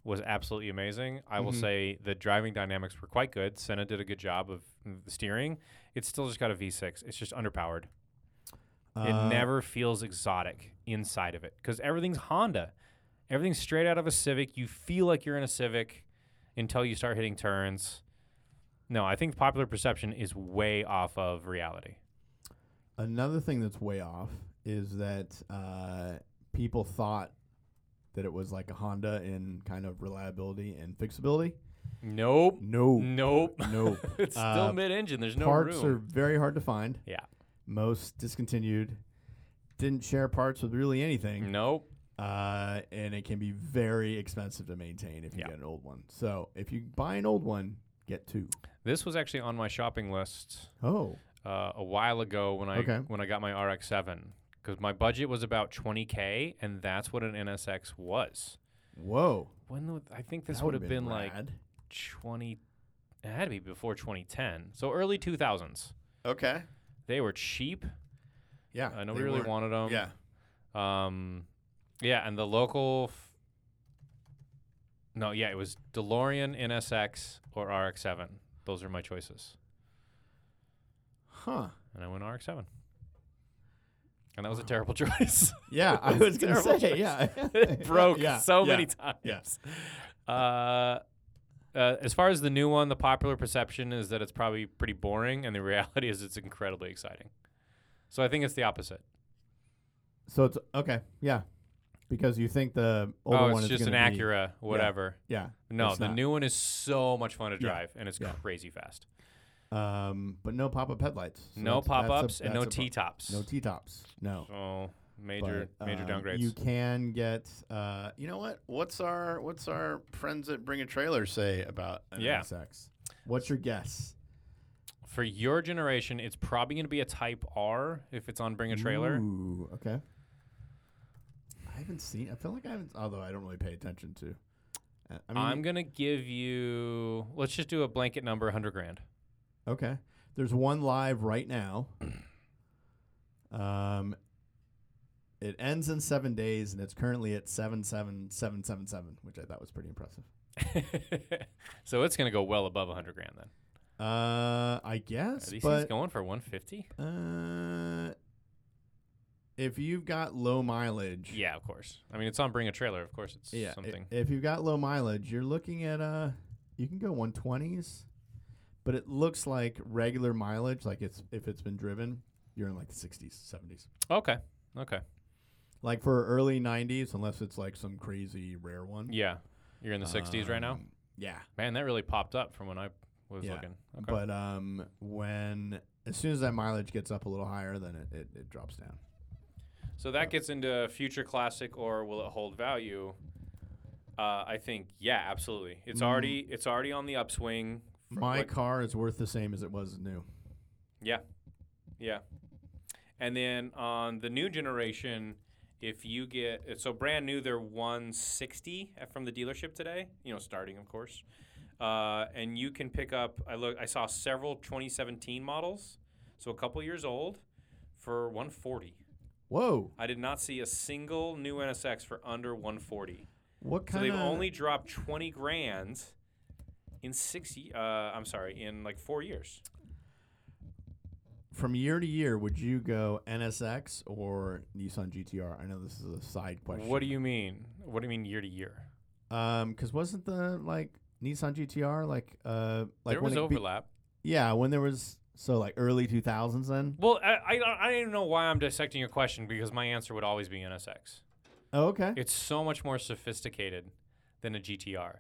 was absolutely amazing. I will
Mhm.
say the driving dynamics were quite good. Senna did a good job of mm, steering. It's still just got a V6. It's just underpowered.
Uh,
it never feels exotic inside of it because everything's Honda. Everything's straight out of a Civic. You feel like you're in a Civic until you start hitting turns. No, I think popular perception is way off of reality.
Another thing that's way off is that uh, people thought that it was like a Honda in kind of reliability and fixability.
Nope.
*laughs* No,
Nope. *laughs*
no.
It's
Uh,
still mid engine. There's Mm. no
parts
room.
are very hard to find.
Yeah.
Most discontinued. Didn't share parts with really anything.
Nope.
Uh, and it can be very expensive to maintain if you
Yeah.
get an old one. So if you buy an old one, get two.
This was actually on my shopping list
Oh.
uh, a while ago when I
Okay.
when I got my RX-7 because my budget was about 20k and that's what an NSX was.
Whoa.
When the, I think this
That
would
would've
have been, like
rad.
20. It had to be before 2010, so early 2000s.
Okay.
They were cheap.
Yeah.
Uh, nobody
they
really
were-
wanted them.
Yeah.
Um, yeah, and the local. F- no, yeah, it was DeLorean, NSX, or RX-7. Those are my choices,
Huh.
and I went RX-7. And that was a
*laughs*
terrible *laughs* choice.
Yeah, I
It's
was gonna
terrible
say,
choice.
yeah.
*laughs* it
*laughs*
broke
Yeah,
so
yeah,
many times.
yeah.
Uh, uh, as far as the new one, the popular perception is that it's probably pretty boring, and the *laughs* reality is it's incredibly exciting. So I think it's the opposite.
So it's okay, yeah, because you think the older
oh,
one
it's
is
just an
gonna be,
Acura, whatever.
Yeah.
No,
it's
the
not.
new one is so much fun to
Yeah,
drive, and it's
yeah.
crazy fast.
Um, but no pop-up headlights. So
no
that's- that's a-
pop ups and no
that's a pro-
T tops.
No T-tops. No.
so major
But,
major
um,
downgrades.
You can get. Uh, you know what? What's our What's our friends at Bring a Trailer say about an
Yeah.
NSX? What's your guess?
For your generation, it's probably going to be a Type R if it's on Bring a Trailer.
Ooh, okay. I haven't seen. I feel like I haven't. Although I don't really pay attention to. Uh, I mean,
I'm gonna give you. Let's just do a blanket number, 100 grand.
Okay. There's one live right now. *clears throat* Um, it ends in seven days, and it's currently at seven seven seven seven seven, which I thought was pretty impressive.
*laughs* so it's gonna go well above 100 grand then.
Uh, I
Are
guess,
these things
but
going for 150?
uh, if you've got low mileage,
Yeah, of course. I mean, it's on Bring a Trailer. Of course, it's
yeah. i-
something.
If you've got low mileage, you're looking at uh, you can go one twenties, but it looks like regular mileage, like it's if it's been driven, you're in like the sixties, seventies.
okay. Okay.
like for early 90s unless it's like some crazy rare one
Yeah. You're in the 60s right now.
Um, yeah
Man, that really popped up from when I was
Yeah,
looking. Okay.
but um when as soon as that mileage gets up a little higher then it, it, it drops down
So that gets into future classic or will it hold value? Uh, I think yeah, absolutely. It's
Mm.
already it's already on the upswing. Fr-
my
like-
car is worth the same as it was new
Yeah. And then on the new generation, if you get so brand new, they're 160 at- from the dealership today. You know, starting of course, uh, and you can pick up. I look. I saw several 2017 models, so a couple years old, for 140.
whoa
I did not see a single new NSX for under 140.
what
So
kind
they've
of
only dropped 20 grand in six. ye- Uh, I'm sorry, in like four years.
from year to year would you go nsx or nissan gtr i know this is a side question
What do you mean? What do you mean year to year?
um because wasn't the like nissan gtr like uh like
there
when
was
it be-
overlap.
yeah when there was so like early 2000s then
well, I, I don't- I don't even know why I'm dissecting your question because my answer would always be NSX.
oh, okay
It's so much more sophisticated than a GTR.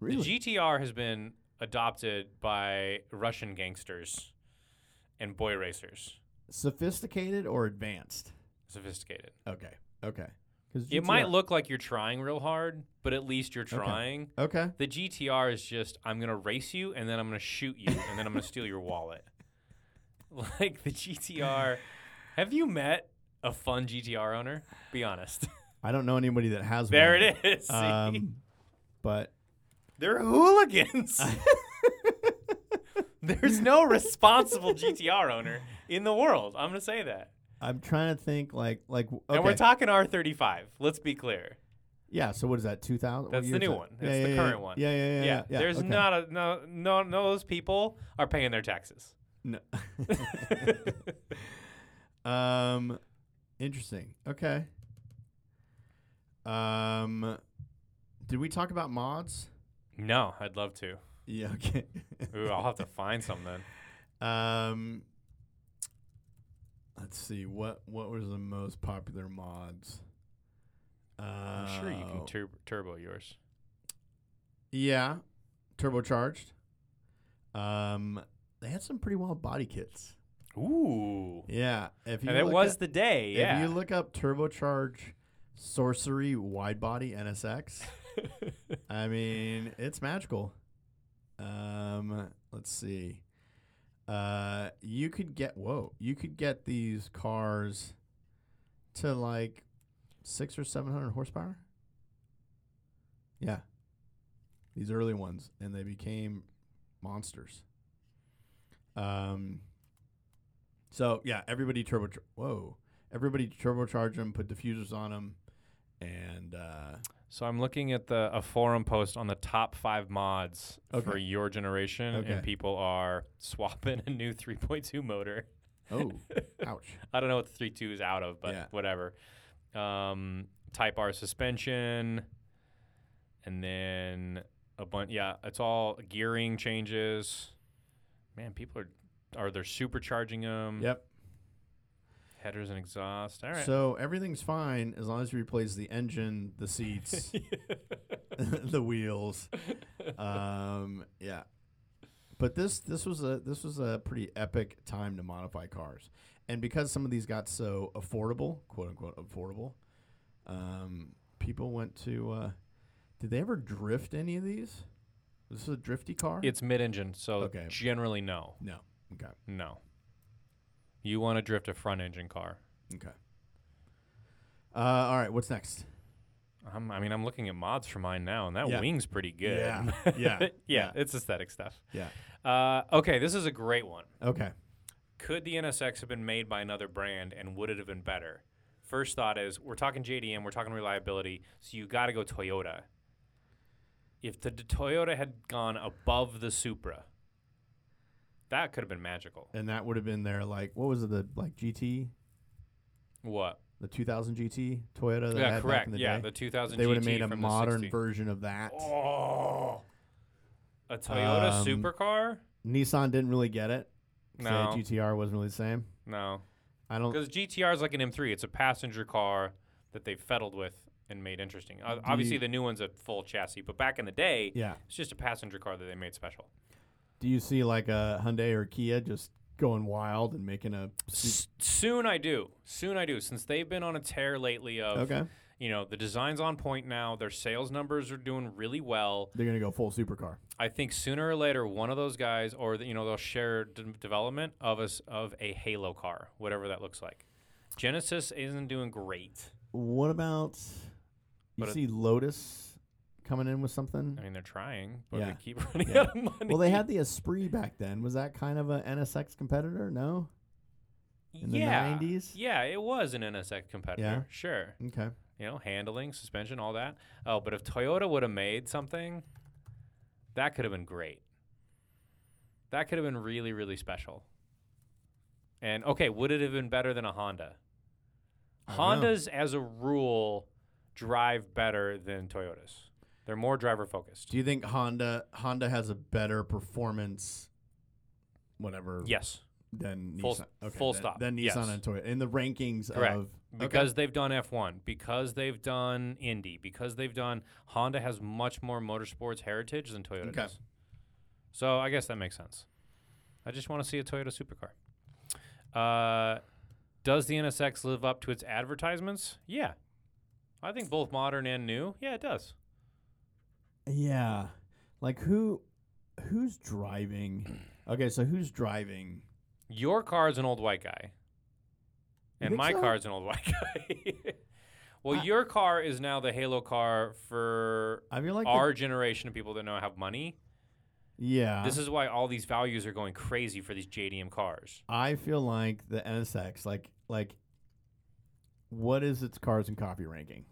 really
The GTR has been adopted by Russian gangsters and boy racers.
sophisticated or advanced?
sophisticated.
Okay. Okay. Because
It might look like you're trying real hard, but at least you're trying.
okay.
The GTR is just I'm gonna race you and then I'm gonna shoot you and then I'm gonna steal your wallet. *laughs* Like the GTR. Have you met a fun GTR owner? Be honest.
I don't know anybody that has
there
one.
it is. *laughs* See?
Um, but *laughs*
They're hooligans. *laughs* There's no responsible GTR owner in the world. I'm gonna say that.
I'm trying to think like like okay.
And we're talking R35. Let's be clear.
yeah. So what is that? Two thousand.
That's the new one.
Yeah,
That's
yeah,
the
yeah,
current
yeah.
one.
Yeah. Yeah. Yeah.
Yeah.
yeah, yeah.
There's
okay.
not a no no no. Those people are paying their taxes. *laughs* *laughs*
No. um, interesting. Okay. Um, did we talk about mods?
no, I'd love to.
Yeah. Okay. *laughs*
Ooh, I'll have to find some then.
Um, let's see what what was the most popular mods. Uh,
I'm sure you can tur- turbo yours.
yeah, turbocharged. Um, they had some pretty wild body kits.
Ooh.
Yeah, if you
and it
look
was
up,
the day. Yeah.
If you look up turbocharge sorcery wide body NSX,
*laughs*
I mean it's magical. Um, let's see. Uh, you could get whoa, you could get these cars to like six or seven hundred horsepower. Yeah, these early ones, and they became monsters. Um. So yeah, everybody turbo. Whoa, everybody turbocharge them, put diffusers on them, and uh,
so I'm looking at the a forum post on the top five mods for
Okay.
your generation,
Okay.
and people are swapping a new *laughs* 3.2 motor.
oh, ouch.
I don't know what the three two is out of, but
Yeah.
whatever. Um, type R suspension, and then a bunch. Yeah, it's all gearing changes. Man, people are are they supercharging them?
Yep.
Headers and exhaust. All right.
So everything's fine as long as you replace the engine, the
*laughs*
seats, *laughs* the wheels. Um, yeah. But this this was a this was a pretty epic time to modify cars, and because some of these got so affordable, quote unquote affordable, um, people went to. Uh, did they ever drift any of these? Was this a drifty car?
it's mid engine, so
Okay.
generally no,
no. Okay.
no. You want to drift a front engine car.
Okay. Uh, all right. What's next?
I'm, I mean, I'm looking at mods for mine now, and that
Yeah.
wing's pretty good. *laughs*
Yeah, yeah,
yeah,
yeah.
It's aesthetic stuff.
Yeah.
Uh, okay, this is a great one.
Okay.
could the NSX have been made by another brand and would it have been better? First thought is we're talking JDM, we're talking reliability, so you got to go Toyota. If the, the Toyota had gone above the Supra, that could have been magical.
And that would have been their like what was it the like GT
What?
the 2000 GT Toyota that they
yeah,
had back
correct.
in the
yeah,
day.
the 2000
they would
GT
have made a
from
modern
the 60.
version of that.
Oh, a Toyota
Um,
supercar?
Nissan didn't really get it. 'cause they had
No.
GTR wasn't really the same.
No,
I don't.
because GTR is like an M3. It's a passenger car that they've fiddled with and made interesting. Uh, obviously,
you-
the new one's a full chassis, but back in the day,
Yeah.
It's just a passenger car that they made special.
Do you see like a Hyundai or Kia just going wild and making a? su-
soon I do. Soon I do. Since they've been on a tear lately of,
okay.
you know, the design's on point now. Their sales numbers are doing really well.
They're gonna go full supercar.
I think sooner or later, one of those guys, or the, you know, they'll share d- development of us of a Halo car, whatever that looks like. Genesis isn't doing great.
What about you
But it-
see Lotus coming in with something?
I mean, they're trying, but
Yeah.
they keep *laughs* running
Yeah.
out of money.
Well, they had the Esprit back then. Was that kind of a NSX competitor? No. in the
yeah,
90s?
Yeah, it was an NSX competitor.
Yeah.
Sure.
Okay.
you know, handling, suspension, all that. Oh, but if Toyota would have made something, that could have been great. That could have been really, really special. And okay, would it have been better than a Honda?
I don't know.
Hondas, as a rule, drive better than Toyotas. They're more driver focused.
Do you think Honda Honda has a better performance, whatever?
Yes,
Than
Full-
Nissan.
full
than,
stop.
Than Nissan
Yes.
and Toyota in the rankings
Correct.
of
because they've done F1, because they've done Indy, because they've done Honda has much more motorsports heritage than Toyota
Okay.
does. So I guess that makes sense. I just want to see a Toyota supercar. Uh, does the NSX live up to its advertisements? Yeah. I think both modern and new. Yeah, it does.
Yeah. Like who who's driving? *clears throat* Okay, so who's driving?
Your car's an old white guy.
You
And
think
my
so?
car's an old white *laughs* guy. well,
I-
your car is now the halo car for
I feel like the- Uh-huh.
our generation of people that know have money.
yeah.
This is why all these values are going crazy for these JDM cars.
I feel like the NSX like like what is its cars and coffee ranking?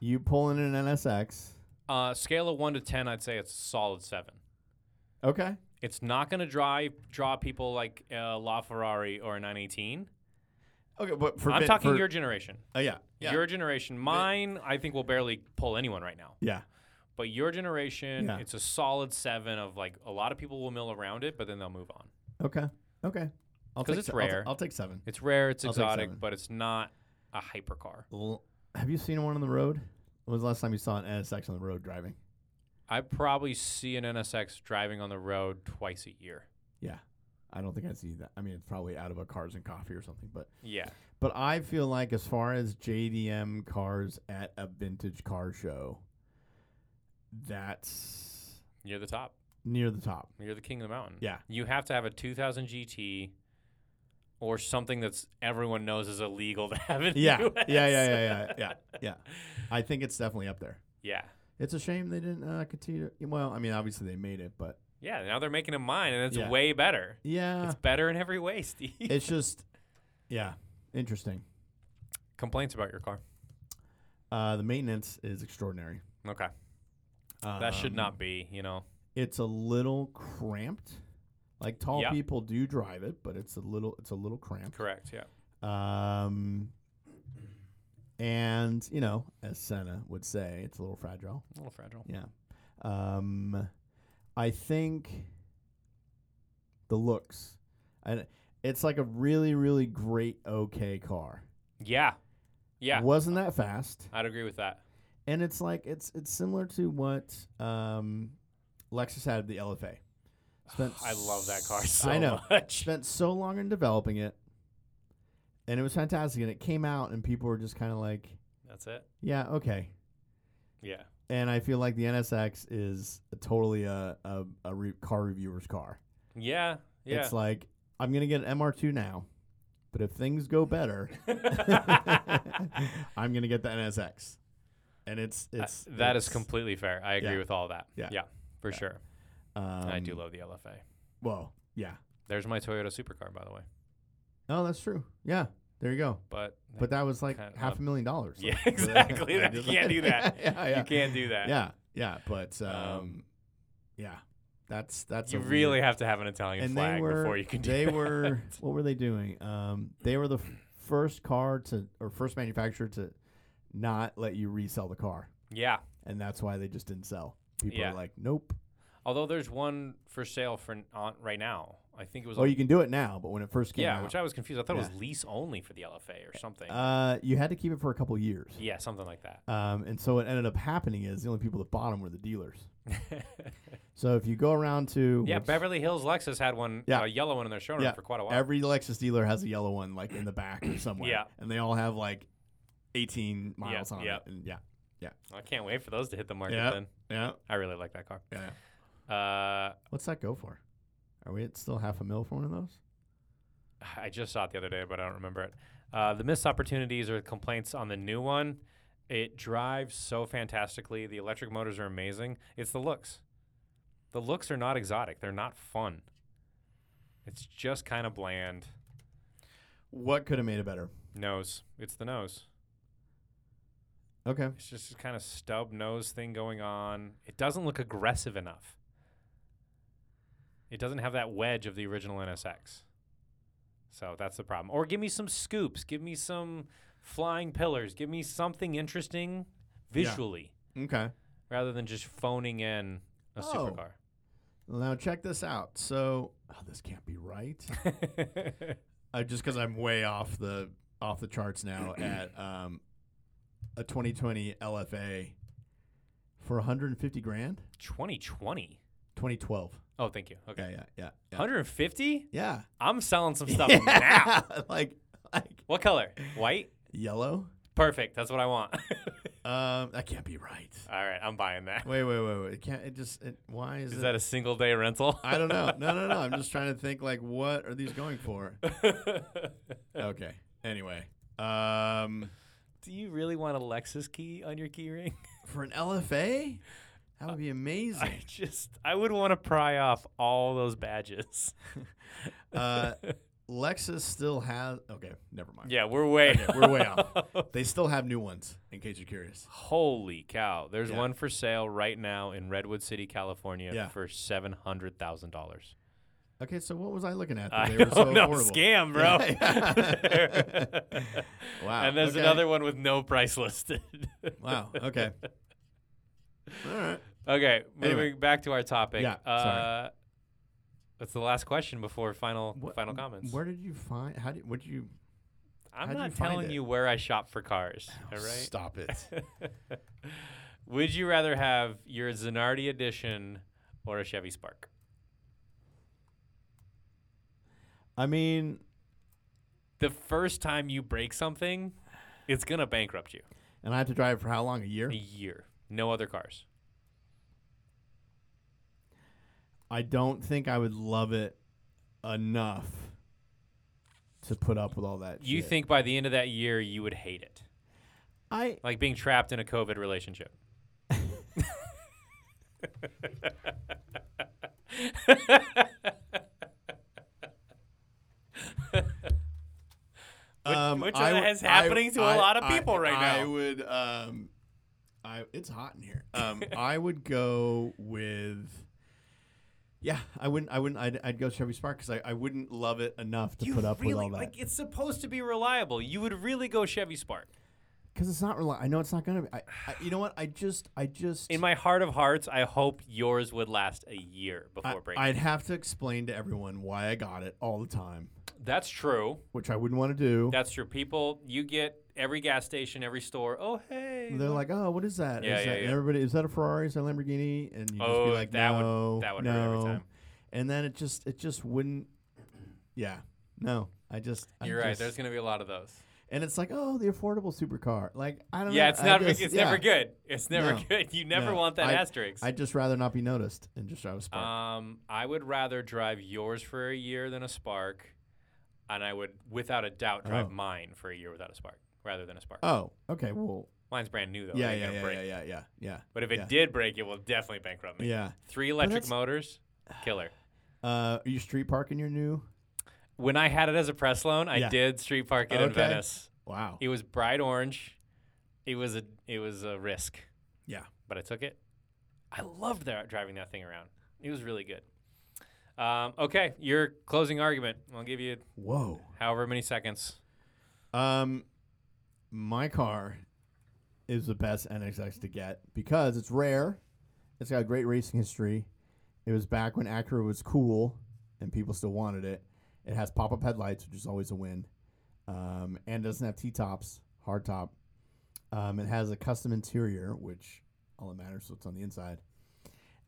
You pull in an NSX.
Uh, scale of one to ten, I'd say it's a solid seven.
Okay.
It's not going to drive draw people like uh, LaFerrari or a 918.
Okay, but for
I'm
bit-
talking
for-
your generation.
Oh yeah. Yeah.
Your generation. Mine, I think, will barely pull anyone right now.
yeah.
But your generation,
Yeah.
it's a solid seven of like a lot of people will mill around it, but then they'll move on.
Okay. Okay. I'll
'Cause
take
it's
se- I'll
rare.
I'll, take 7.
It's rare, it's
I'll take seven.
exotic, but it's not a hypercar.
L- Have you seen one on the road? When was the last time you saw an NSX on the road driving?
I probably see an NSX driving on the road twice a year.
Yeah. I don't think I see that. I mean, it's probably out of a cars and coffee or something, but
Yeah.
but I feel like as far as JDM cars at a vintage car show, that's
You're the top.
near the
*laughs*
top.
You're the king of the mountain.
Yeah.
You have to have a 2000 GT or something that's everyone knows is illegal to have in
Yeah.
the
yeah,
US.
yeah, yeah, yeah, yeah, yeah. I think it's definitely up there.
yeah.
It's a shame they didn't uh, continue. Well, I mean, obviously they made it, but
Yeah, now they're making a mine and it's
Yeah.
way better.
yeah,
It's better in every way, *laughs* Steve.
it's just yeah, interesting.
Complaints about your car.
Uh, the maintenance is extraordinary.
Okay. That should
Um,
not be, you know.
It's a little cramped. Like tall
Yeah.
people do drive it, but it's a little it's a little cramped.
Correct, yeah.
Um, and you know, as Senna would say, it's a little fragile.
A little fragile.
Yeah. Um, I think the looks, and it's like a really, really great okay car.
Yeah. Yeah.
Wasn't that fast,
I'd agree with that.
and it's like it's it's similar to what um, Lexus had at the LFA. Spent
*sighs* I love that car
s-
so
I know.
much.
Spent so long in developing it, and it was fantastic. And it came out, and people were just kind of like,
That's it.
"Yeah, okay."
Yeah.
And I feel like the NSX is totally a a, a re- car reviewer's car.
Yeah. Yeah.
It's like I'm gonna get an MR2 now, but if things go
*laughs*
better, *laughs* I'm gonna get the NSX, and it's
Uh,
it's
that is
it's,
completely fair. I agree
yeah.
with all that.
Yeah.
Yeah. For
Yeah.
sure.
Um,
And I do love the LFA.
Well, yeah.
There's my Toyota supercar, by the way.
Oh, that's true. Yeah, there you go.
But,
But that was like
Kinda
half a
not-
million dollars.
Yeah,
*laughs* Like,
*laughs* exactly.
I
You
just-
can't do that.
*laughs* yeah,
you
yeah,
can't do that.
yeah, yeah. But um,
Um,
yeah, that's that's
you
a
really
weird-
have to have an Italian
and
flag
they were
before you can do
they
that.
were what were they doing? Um, they were the f- first car to or first manufacturer to not let you resell the car.
*laughs* Yeah.
and that's why they just didn't sell. People
Yeah.
are like, nope.
Although there's one for sale for n- on right now. I think it was
Oh,
on-
you can do it now, but when it first came
yeah,
out,
which I was confused. I thought it
Yeah.
was lease only for the LFA or something.
uh, you had to keep it for a couple years.
yeah, something like that. *laughs*
Um, and so what ended up happening is the only people that bought them were the dealers. So if you go around to
yeah,
which
Beverly Hills Lexus had one,
Yeah.
a yellow one in their showroom
Yeah.
for quite a while.
every Lexus dealer has a yellow one like in the back or somewhere.
Yeah.
and they all have like eighteen miles on
yeah.
it. And yeah,
I can't wait for those to hit the market.
Yeah.
Then
yeah,
I really like that car.
yeah.
Uh,
What's that go for? Are we at still half a mil for one of those?
I just saw it the other day, but I don't remember it. Uh, the missed opportunities or complaints on the new one. It drives so fantastically. The electric motors are amazing. It's the looks. The looks are not exotic. They're not fun. It's just kind of bland.
What could have made it better?
Nose. It's the nose.
Okay,
It's just this kind of stub nose thing going on. It doesn't look aggressive enough. It doesn't have that wedge of the original NSX. So that's the problem. Or give me some scoops. Give me some flying pillars. Give me something interesting
Yeah.
visually
okay.
rather than just phoning in a
Oh.
supercar.
Now check this out. So oh, this can't be right.
*laughs*
uh, just because I'm way off the off the charts
*clears throat*
now at um, a 2020 LFA for 150 grand.
2020.
2012.
Oh, thank you. Okay.
Yeah, yeah, yeah. Yeah.
150?
yeah.
I'm selling
*laughs*
some stuff now.
like, like
What color? White?
yellow.
Perfect. That's what I want. *laughs*
Um, that can't be right.
All right, I'm buying that.
Wait, wait, wait, wait. It can't. It just. It, why is,
Is
it?
that a single day rental?
I
*laughs*
don't know. No, no, no. I'm just trying to think. Like, what are these going for? Okay. Anyway, um,
Do you really want a Lexus key on your key ring?
for an LFA, that would be amazing.
*laughs* I just I would want to pry off all those badges.
Uh, Lexus still has. Okay, never mind.
Yeah, we're way *laughs*
Okay, we're way off. They still have new ones, in case you're curious.
Holy cow. There's
Yeah.
one for sale right now in Redwood City, California
Yeah.
for seven hundred thousand dollars.
Okay, so what was I looking at? That
I
they
*laughs* don't
were so
know.
affordable.
Scam, bro. *laughs*
Yeah. Wow.
and there's
okay.
another one with no price listed. *laughs*
Wow. Okay. All right.
okay, moving
Anyway.
back to our topic.
Yeah, sorry.
Uh, that's the last question before final
What-
final comments.
Where did you find? How did? What did you?
I'm
how'd you
not
find
telling
it? Oh,
you where I shop for cars. all right.
Stop it.
*laughs* Would you rather have your Zanardi edition or a Chevy Spark?
I mean,
The first time you break something, it's gonna bankrupt you.
and I have to drive for how long? A year?
A year. No other cars.
I don't think I would love it enough to put up with all that.
You
shit.
think by the end of that year you would hate it.
I?
Like being trapped in a COVID relationship. Which-
um,
which
I w-
is
I-
happening to a
I-
lot of
I-
people right
I
now.
would. Um, I it's hot in here.
*laughs*
Um, I would go with. Yeah, I wouldn't. I wouldn't. I'd, I'd go Chevy Spark because I, I wouldn't love it enough to
you
put up
really
with all that.
like it's supposed to be reliable. You would really go Chevy Spark.
Because it's not reliable. I know it's not gonna be. I, I, you know what? I just. I just.
In my heart of hearts, I hope yours would last a year
I,
before breaking.
I'd have to explain to everyone why I got it all the time,
That's true.
which I wouldn't want to do.
That's true. People, you get every gas station, every store. Oh hey,
They're
look."
like, oh, what is that?
Yeah,
Is
yeah,
that- and
yeah.
Everybody, is that a Ferrari? Is that a Lamborghini? And you just
Oh,
be like,
that would-
no,
that would
no.
hurt every time.
And then it just, it just wouldn't. Yeah, no, I just. I
you're right.
just-
There's gonna be a lot of those.
and it's like, oh, the affordable supercar. Like I don't.
Yeah,
know,
it's
I
not.
just-
it's
yeah.
never good. It's never
No.
good. You never
No.
want that
I-
asterisk.
I'd just rather not be noticed and just drive a spark.
um, I would rather drive yours for a year than a Spark, and I would, without a doubt, drive
Oh.
mine for a year without a Spark rather than a Spark.
oh, okay. Well,
Mine's brand new though. it
yeah,
ain't
yeah,
gonna
yeah,
break.
yeah, yeah, yeah, yeah,
But if it
yeah.
did break, it will definitely bankrupt me.
yeah.
Three electric
that's-
motors, killer.
Uh, are you street parking your new?
When I had it as a press loan, I
Yeah.
did street park it in
Okay.
Venice.
Wow.
It was bright orange. It was a it was a risk,
Yeah.
but I took it. I loved that driving that thing around. It was really good. Um, okay, your closing argument. I'll give you
Whoa.
however
*laughs*
many seconds.
Um, my car is the best NXX to get because it's rare. It's got a great racing history. It was back when Acura was cool and people still wanted it. It has pop-up headlights, which is always a win, um, and doesn't have T-tops, hard top. Um, it has a custom interior, which all that matters, so it's on the inside.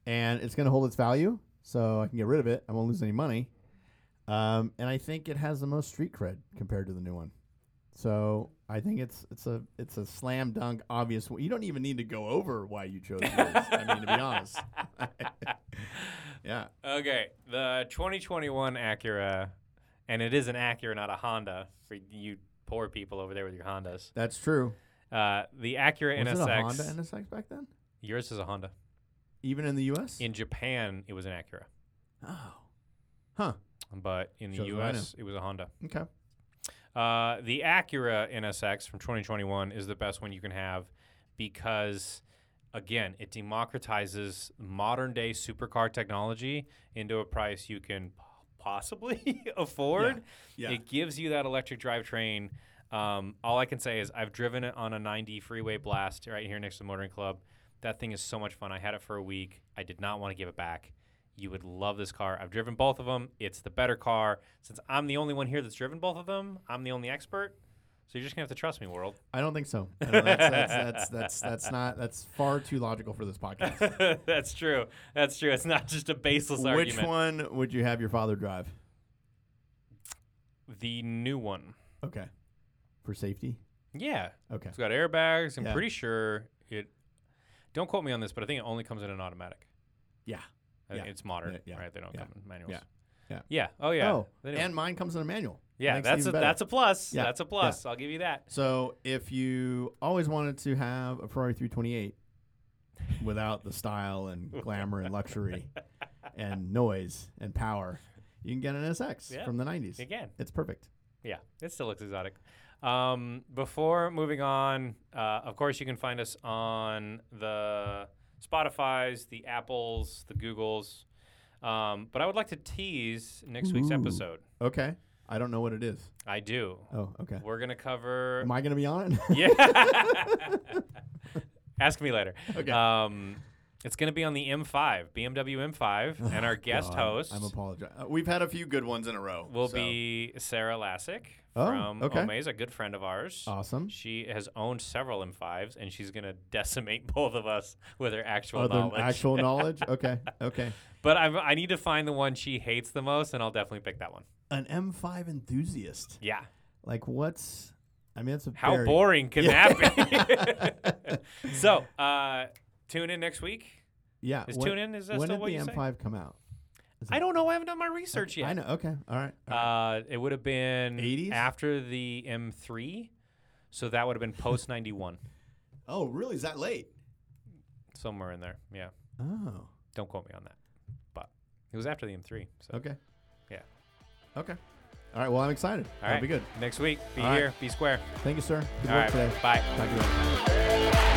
And it's going to hold its value, so I can get rid of it. I won't lose any money. Um, and I think it has the most street cred compared to the new one. So I think it's it's a it's a slam dunk obvious. one. You don't even need to go over why you chose yours. I mean, to be honest. yeah.
Okay, the 2021 Acura, and it is an Acura, not a Honda. For you poor people over there with your Hondas,
That's true.
uh, the Acura
Was
NSX.
it a Honda NSX back then?
yours is a Honda.
Even in the U.S.
In Japan, it was an Acura,
oh, huh.
but in the
Shows what I know.
U.S., it was a Honda.
Okay.
Uh, the Acura NSX from 2021 is the best one you can have because, again, it democratizes modern day supercar technology into a price you can po- possibly *laughs* afford.
Yeah.
It gives you that electric drivetrain. Um, all I can say is I've driven it on a 90 freeway blast right here next to the Motoring Club. That thing is so much fun. I had it for a week. I did not want to give it back. You would love this car. I've driven both of them. It's the better car. Since I'm the only one here that's driven both of them, I'm the only expert. So you're just gonna have to trust me, world. *laughs*
I don't think *laughs* so. I don't- that's, that's, that's, that's, that's not that's far too logical for *laughs* this podcast.
That's true. That's true. It's not just a baseless
Which
argument.
one would you have your father drive?
The new one.
Okay, for safety.
Yeah,
Okay,
it's got airbags. I'm
Yeah.
pretty sure it. Don't quote me on this, but I think it only comes in an automatic.
Yeah.
I think
Yeah.
It's modern,
Yeah, yeah,
right? They don't
yeah,
come in manuals.
yeah, yeah.
Yeah. Oh yeah.
Oh,
They don't-
and mine comes in a manual.
yeah.
makes it
That's
even
a,
better.
that's a plus.
Yeah,
That's a plus. I'll give you that.
So if you always wanted to have a Ferrari 328 without the style *laughs* and glamour and luxury and noise and power, you can get an SX
Yeah.
from the 90s.
Again.
It's perfect.
Yeah, it still looks exotic. Um, before moving on, uh, of course, you can find us on the Spotify's, the Apples, the Googles. Um, but I would like to tease next week's
Ooh.
episode.
Okay. I don't know what it is.
I do.
Oh, okay.
We're gonna cover.
Am I going to be on it? *laughs*
yeah. Ask me later.
Okay.
Um, it's gonna be on the M5, BMW M5, and our *laughs* guest
Oh, God,
host
I'm uh, apologizing. we've had a few good ones in a row.
will
so-
be Sarah Lassick
Oh,
from
okay.
Omaze, a good friend of ours.
awesome.
She has owned several M5s, and she's going to *laughs* decimate both of us with her actual
Other
knowledge.
Oh,
*laughs*
actual knowledge. Okay. Okay.
but I, I need to find the one she hates the most, and I'll definitely pick that one.
*laughs* An M5 enthusiast.
Yeah.
Like what's? I mean, it's a
How
very-
boring can
Yeah. *laughs*
that be? *laughs* so, uh, tune in next week.
Yeah.
Is
what-
tune in? Is that
when
still
did
what
the
you say?
M5 come out?
I don't know. I haven't done my research yet.
I know. Okay. All right. All right.
Uh, it would have been
80s?
after the M3, so that would have
*laughs*
been post 91,
oh, really? Is that late?
somewhere in there. Yeah.
Oh.
Don't quote me on that. But it was after the M3. So.
Okay.
Yeah.
Okay. All right. Well, I'm excited.
All right.
That'll be good.
Next week, be
All right.
here, be square.
Thank you, sir. Good
All
work
right.
today.
Bye.
Talk to you later.